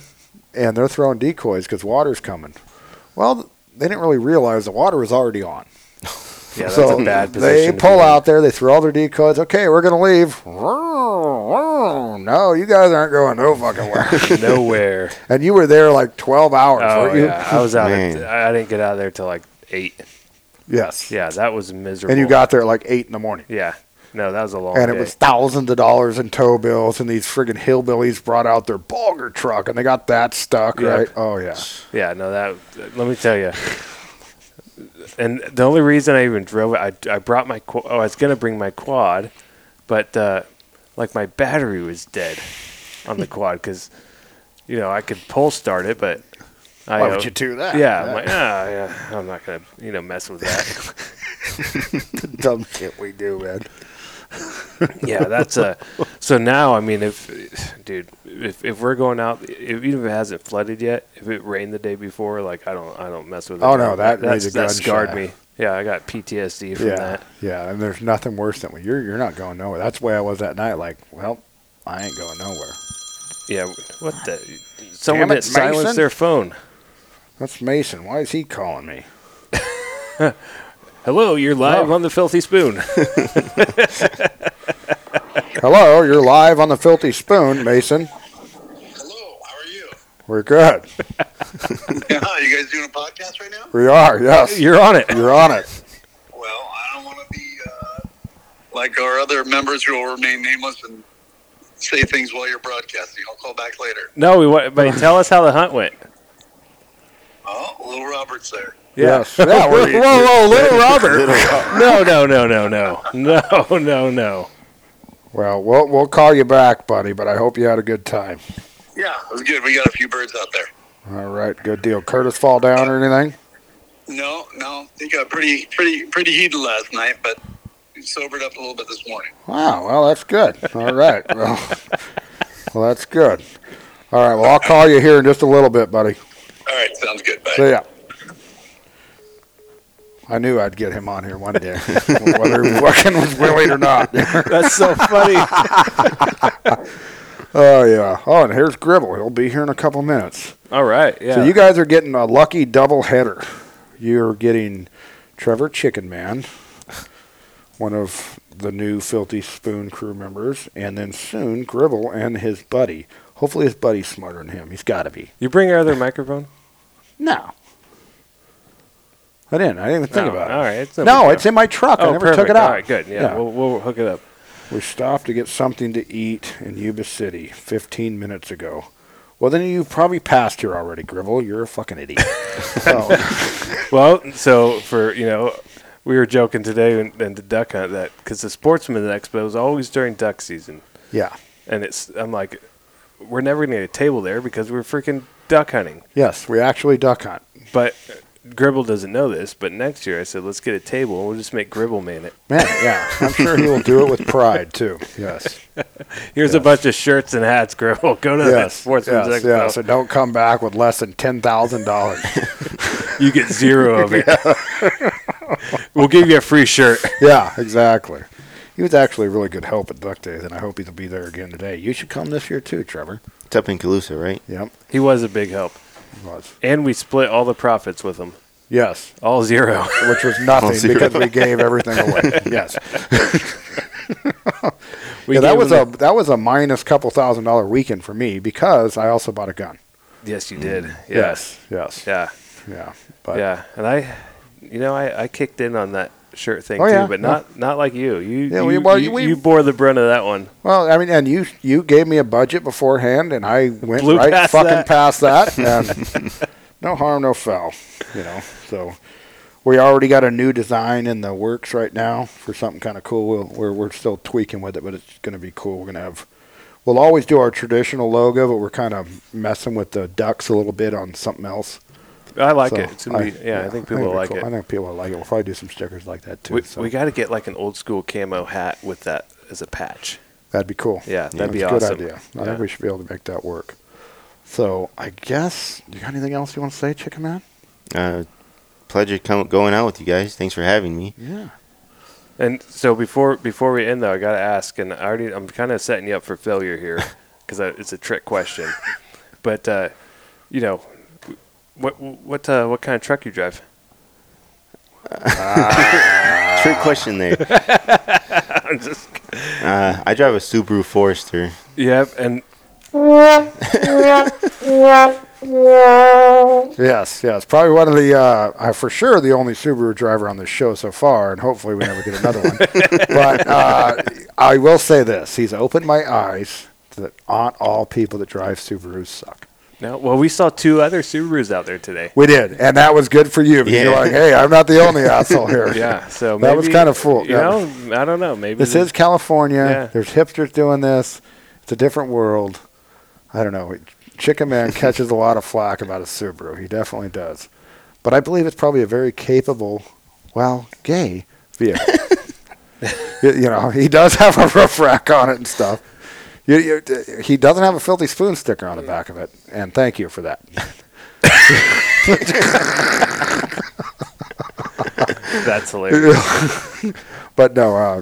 S1: and they're throwing decoys because water's coming. Well, they didn't really realize the water was already on.
S2: Yeah, that's
S1: so
S2: a bad
S1: they
S2: position. to
S1: pull
S2: be in.
S1: out there, they throw all their decoys. Okay, we're gonna leave. No, you guys aren't going no fucking where.
S2: nowhere.
S1: and you were there like twelve hours,
S2: Oh
S1: weren't you?
S2: yeah, I was out.
S3: Man.
S2: At, I didn't get out of there till like eight.
S1: Yes.
S2: Yeah, that was miserable.
S1: And you got there at like eight in the morning.
S2: yeah. No, that was a long.
S1: and it
S2: day.
S1: was thousands of dollars in tow bills, and these friggin' hillbillies brought out their bogger truck, and they got that stuck,
S2: Yep.
S1: right? Oh yeah,
S2: Yeah, no, that. Let me tell you. And the only reason I even drove it, I, I brought my qu- oh, I was gonna bring my quad, but uh, like my battery was dead on the quad because, you know, I could pull start it, but I
S1: why
S2: uh,
S1: would you do that?
S2: Yeah, I'm like, ah, yeah, I'm not gonna you know mess with that.
S1: dumb shit we do, man.
S2: yeah, that's a. So now, I mean, if dude, if if we're going out, if, even if it hasn't flooded yet, if it rained the day before, like I don't, I don't mess with it.
S1: Oh, no, that
S2: that's,
S1: raised a
S2: that
S1: gun
S2: scarred
S1: shot.
S2: me. Yeah, I got PTSD from
S1: yeah,
S2: that.
S1: yeah. And there's nothing worse than when you're you're not going nowhere. That's the way I was that night. Like, well, I ain't going nowhere.
S2: Yeah, what the? Someone
S1: it,
S2: that silenced
S1: Mason.
S2: their phone.
S1: That's Mason. Why is he calling me?
S2: Hello, you're live
S1: Oh.
S2: on the Filthy Spoon.
S1: Hello, you're live on the Filthy Spoon, Mason.
S4: Hello, how are you?
S1: We're good.
S4: Yeah, you guys doing a podcast right now?
S1: We are. Yes,
S2: you're on it.
S1: you're on it.
S4: Well, I don't want to be uh, like our other members who will remain nameless and say things while you're broadcasting. I'll call back later.
S2: No, we want, but tell us how the hunt went.
S4: Oh, little Robert's there.
S2: Yeah.
S1: Yes. Yeah,
S2: Whoa,
S1: we're,
S2: whoa, little Robert. no, no, no, no, no, no, no, no.
S1: well, we'll we'll call you back, buddy. But I hope you had a good time.
S4: Yeah, it was good. We got a few birds out there.
S1: All right, good deal. Curtis fall down or anything?
S4: No, no, he got pretty, pretty, pretty heated last night, but he sobered up a little bit this morning.
S1: Wow, well that's good. All right, well, well that's good. All right, well I'll call you here in just a little bit, buddy.
S4: All right, sounds good. Bye.
S1: See ya. I knew I'd get him on here one day, whether he fucking was willing or not.
S2: That's so funny.
S1: oh yeah. Oh, and here's Gribble. He'll be here in a couple minutes.
S2: All right. Yeah.
S1: So you guys are getting a lucky double header. You're getting Trevor Chicken Man, one of the new Filthy Spoon crew members, and then soon Gribble and his buddy. Hopefully his buddy's smarter than him. He's got to be.
S2: you bring your other microphone.
S1: No. I didn't. I didn't even think
S2: Oh,
S1: about it.
S2: all right, it's no big
S1: no,
S2: deal.
S1: it's in my truck. I never took it
S2: Oh, perfect.
S1: out.
S2: All right, good. Yeah, We'll, we'll hook it up.
S1: We stopped to get something to eat in Yuba City 15 minutes ago. Well, then you probably passed here already, Gribble. You're a fucking idiot. so,
S2: Well, so for you know, we were joking today and, and the duck hunt that because the Sportsman Expo is always during duck season,
S1: yeah.
S2: and it's I'm like, we're never gonna get a table there because we're freaking duck hunting.
S1: Yes, we actually duck hunt.
S2: But Gribble doesn't know this, but next year I said let's get a table and we'll just make Gribble man it.
S1: Man, yeah, I'm sure he will do it with pride too. Yes,
S2: Here's a bunch of shirts and hats, Gribble. Go to the
S1: yes,
S2: Sportsman
S1: yes,
S2: Expo.
S1: yes. And don't come back with less than ten thousand dollars.
S2: You get zero of it. we'll give you a free shirt.
S1: yeah, exactly. He was actually really good help at Duck Days, and I hope he'll be there again today. You should come this year too, Trevor.
S3: It's up in Calusa, right?
S1: Yep,
S2: He was a big help.
S1: he was.
S2: And we split all the profits with him.
S1: Yes,
S2: All zero.
S1: which was nothing
S3: zero.
S1: because we gave everything away. yes,
S2: We
S1: yeah, that
S2: gave
S1: was a
S2: him
S1: that was a minus couple thousand dollar weekend for me because I also bought a gun.
S2: the- Yes, you did. Yes.
S1: Yes, Mm, yes,
S2: Yeah.
S1: yeah, but
S2: yeah. And I, you know, I, I kicked in on that shirt thing
S1: Oh,
S2: too,
S1: yeah.
S2: but not not like you. You
S1: Yeah,
S2: you,
S1: we- well,
S2: you,
S1: we-
S2: you bore the brunt of that one.
S1: Well, I mean, and you you gave me a budget beforehand, and I went
S2: Blew
S1: right
S2: past
S1: fucking
S2: that.
S1: past that, and no harm, no foul, you know. So we already got a new design in the works right now for something kind of cool. We'll, we're we're still tweaking with it, but it's going to be cool. We're going to have we'll always do our traditional logo, but we're kind of messing with the ducks a little bit on something else.
S2: I like
S1: So
S2: it. It's gonna be, yeah, I think people
S1: it'll be
S2: like
S1: cool. I
S2: it.
S1: think people will like it. We'll probably do some stickers like that too.
S2: we
S1: so
S2: we got to get like an old school camo hat with that as a patch.
S1: That'd be cool.
S2: Yeah, that'd be
S1: that's a good
S2: awesome.
S1: idea. I
S2: Yeah.
S1: think we should be able to make that work. So I guess you got anything else you want to say, Chicken Man?
S3: Uh, pleasure come, going out with you guys. Thanks for having me.
S1: Yeah.
S2: And so before before we end though, I gotta ask, and I already I'm kind of setting you up for failure here because it's a trick question. but uh, you know, what what uh, what kind of truck you drive?
S3: Trick question there.
S2: I'm just
S3: Uh, I drive a Subaru Forester.
S2: yep. And
S1: Yes, yes. Probably one of the, uh, uh, for sure, the only Subaru driver on this show so far, and hopefully we never get another one. but uh, I will say this he's opened my eyes to that aren't all people that drive Subarus suck.
S2: no, well, we saw two other Subarus out there today.
S1: We did, and that was good for you because you're
S3: Yeah.
S1: like, hey, I'm not the only asshole here.
S2: Yeah. So
S1: That was
S2: maybe,
S1: kinda full,
S2: You
S1: yeah.
S2: know, I don't know. Maybe
S1: This
S2: the-
S1: is California.
S2: Mm-hmm. Yeah.
S1: There's hipsters doing this. It's a different world. I don't know. Chicken Man catches a lot of flack about his Subaru. He definitely does. But I believe it's probably a very capable, well, gay vehicle. you, you know, he does have a roof rack on it and stuff. You, you, he doesn't have a filthy spoon sticker on the back of it, and thank you for that.
S2: that's hilarious.
S1: But no, uh,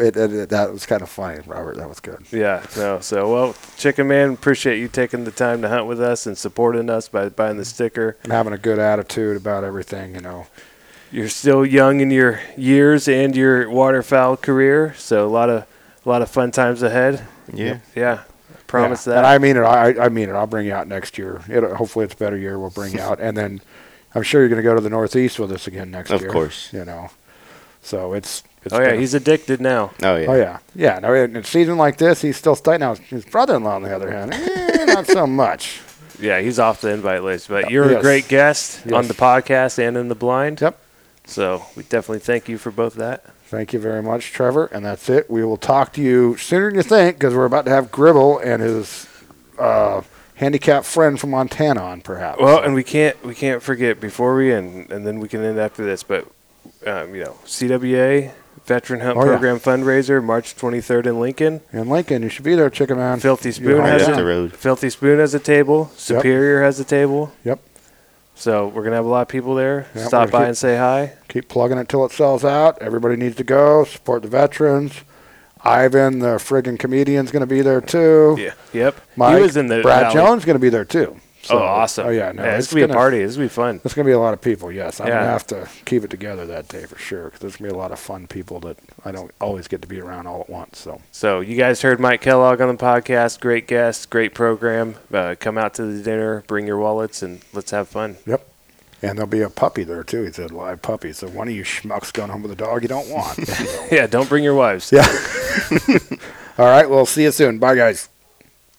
S1: it, it, it- that was kind of funny, Robert. That was good.
S2: yeah. No. So well, Chicken Man, appreciate you taking the time to hunt with us and supporting us by buying the sticker.
S1: And having a good attitude about everything, you know.
S2: you're still young in your years and your waterfowl career, so a lot of a lot of fun times ahead.
S3: Yeah.
S2: Yeah, I promise
S1: Yeah,
S2: that.
S1: And I mean it. I, I mean it. I'll bring you out next year. It'll, hopefully, it's a better year. We'll bring you out, and then I'm sure you're going to go to the Northeast with us again next
S3: Of
S1: year.
S3: course.
S1: you know. So it's. it's
S2: oh yeah,
S1: been a-
S2: he's addicted now.
S3: Oh yeah.
S1: Oh yeah, yeah. No, in a season like this, he's still staying. Now his brother-in-law, on the other hand, eh, not so much.
S2: Yeah, he's off the invite list. But you're a
S1: Yes.
S2: great guest on
S1: Yes.
S2: the podcast and in the blind.
S1: Yep.
S2: So we definitely thank you for both that.
S1: Thank you very much, Trevor. And that's it. We will talk to you sooner than you think because we're about to have Gribble and his uh, handicapped friend from Montana on, perhaps.
S2: Well, and we can't we can't forget before we end, and then we can end after this. But um, you know, CWA Veteran Hunt
S1: Oh, yeah.
S2: Program fundraiser March 23rd in Lincoln.
S1: in Lincoln, you should be there, Chicken Man.
S2: Filthy
S1: You're
S2: Spoon
S1: on
S3: right
S2: has
S3: up
S2: a,
S3: the road.
S2: Filthy Spoon has a table. Superior has a table.
S1: Yep.
S2: So we're gonna have a lot of people there.
S1: Yeah,
S2: Stop
S1: we're
S2: by
S1: here.
S2: and say hi.
S1: keep plugging it till it sells out. Everybody needs to go. Support the veterans. Ivan, the friggin' comedian's going to be there too.
S2: Yep.
S1: Mike,
S2: he was in the
S1: Brad
S2: valley.
S1: Jones going to be there too.
S2: oh, awesome.
S1: Oh yeah, no,
S2: it's gonna be
S1: gonna-
S2: a party. It's gonna be fun.
S1: It's going to be a lot of people. Yes, I'm
S2: Yeah.
S1: going to have to keep it together that day for sure because there's going to be a lot of fun people that I don't always get to be around all at once. So
S2: So you guys heard Mike Kellogg on the podcast. Great guest. Great program. Uh, come out to the dinner. Bring your wallets and let's have fun.
S1: yep. And there'll be a puppy there too. He said live puppy. So one of you schmucks going home with a dog you don't want.
S2: yeah. Don't bring your wives.
S1: yeah. all right. We'll see you soon. Bye, guys.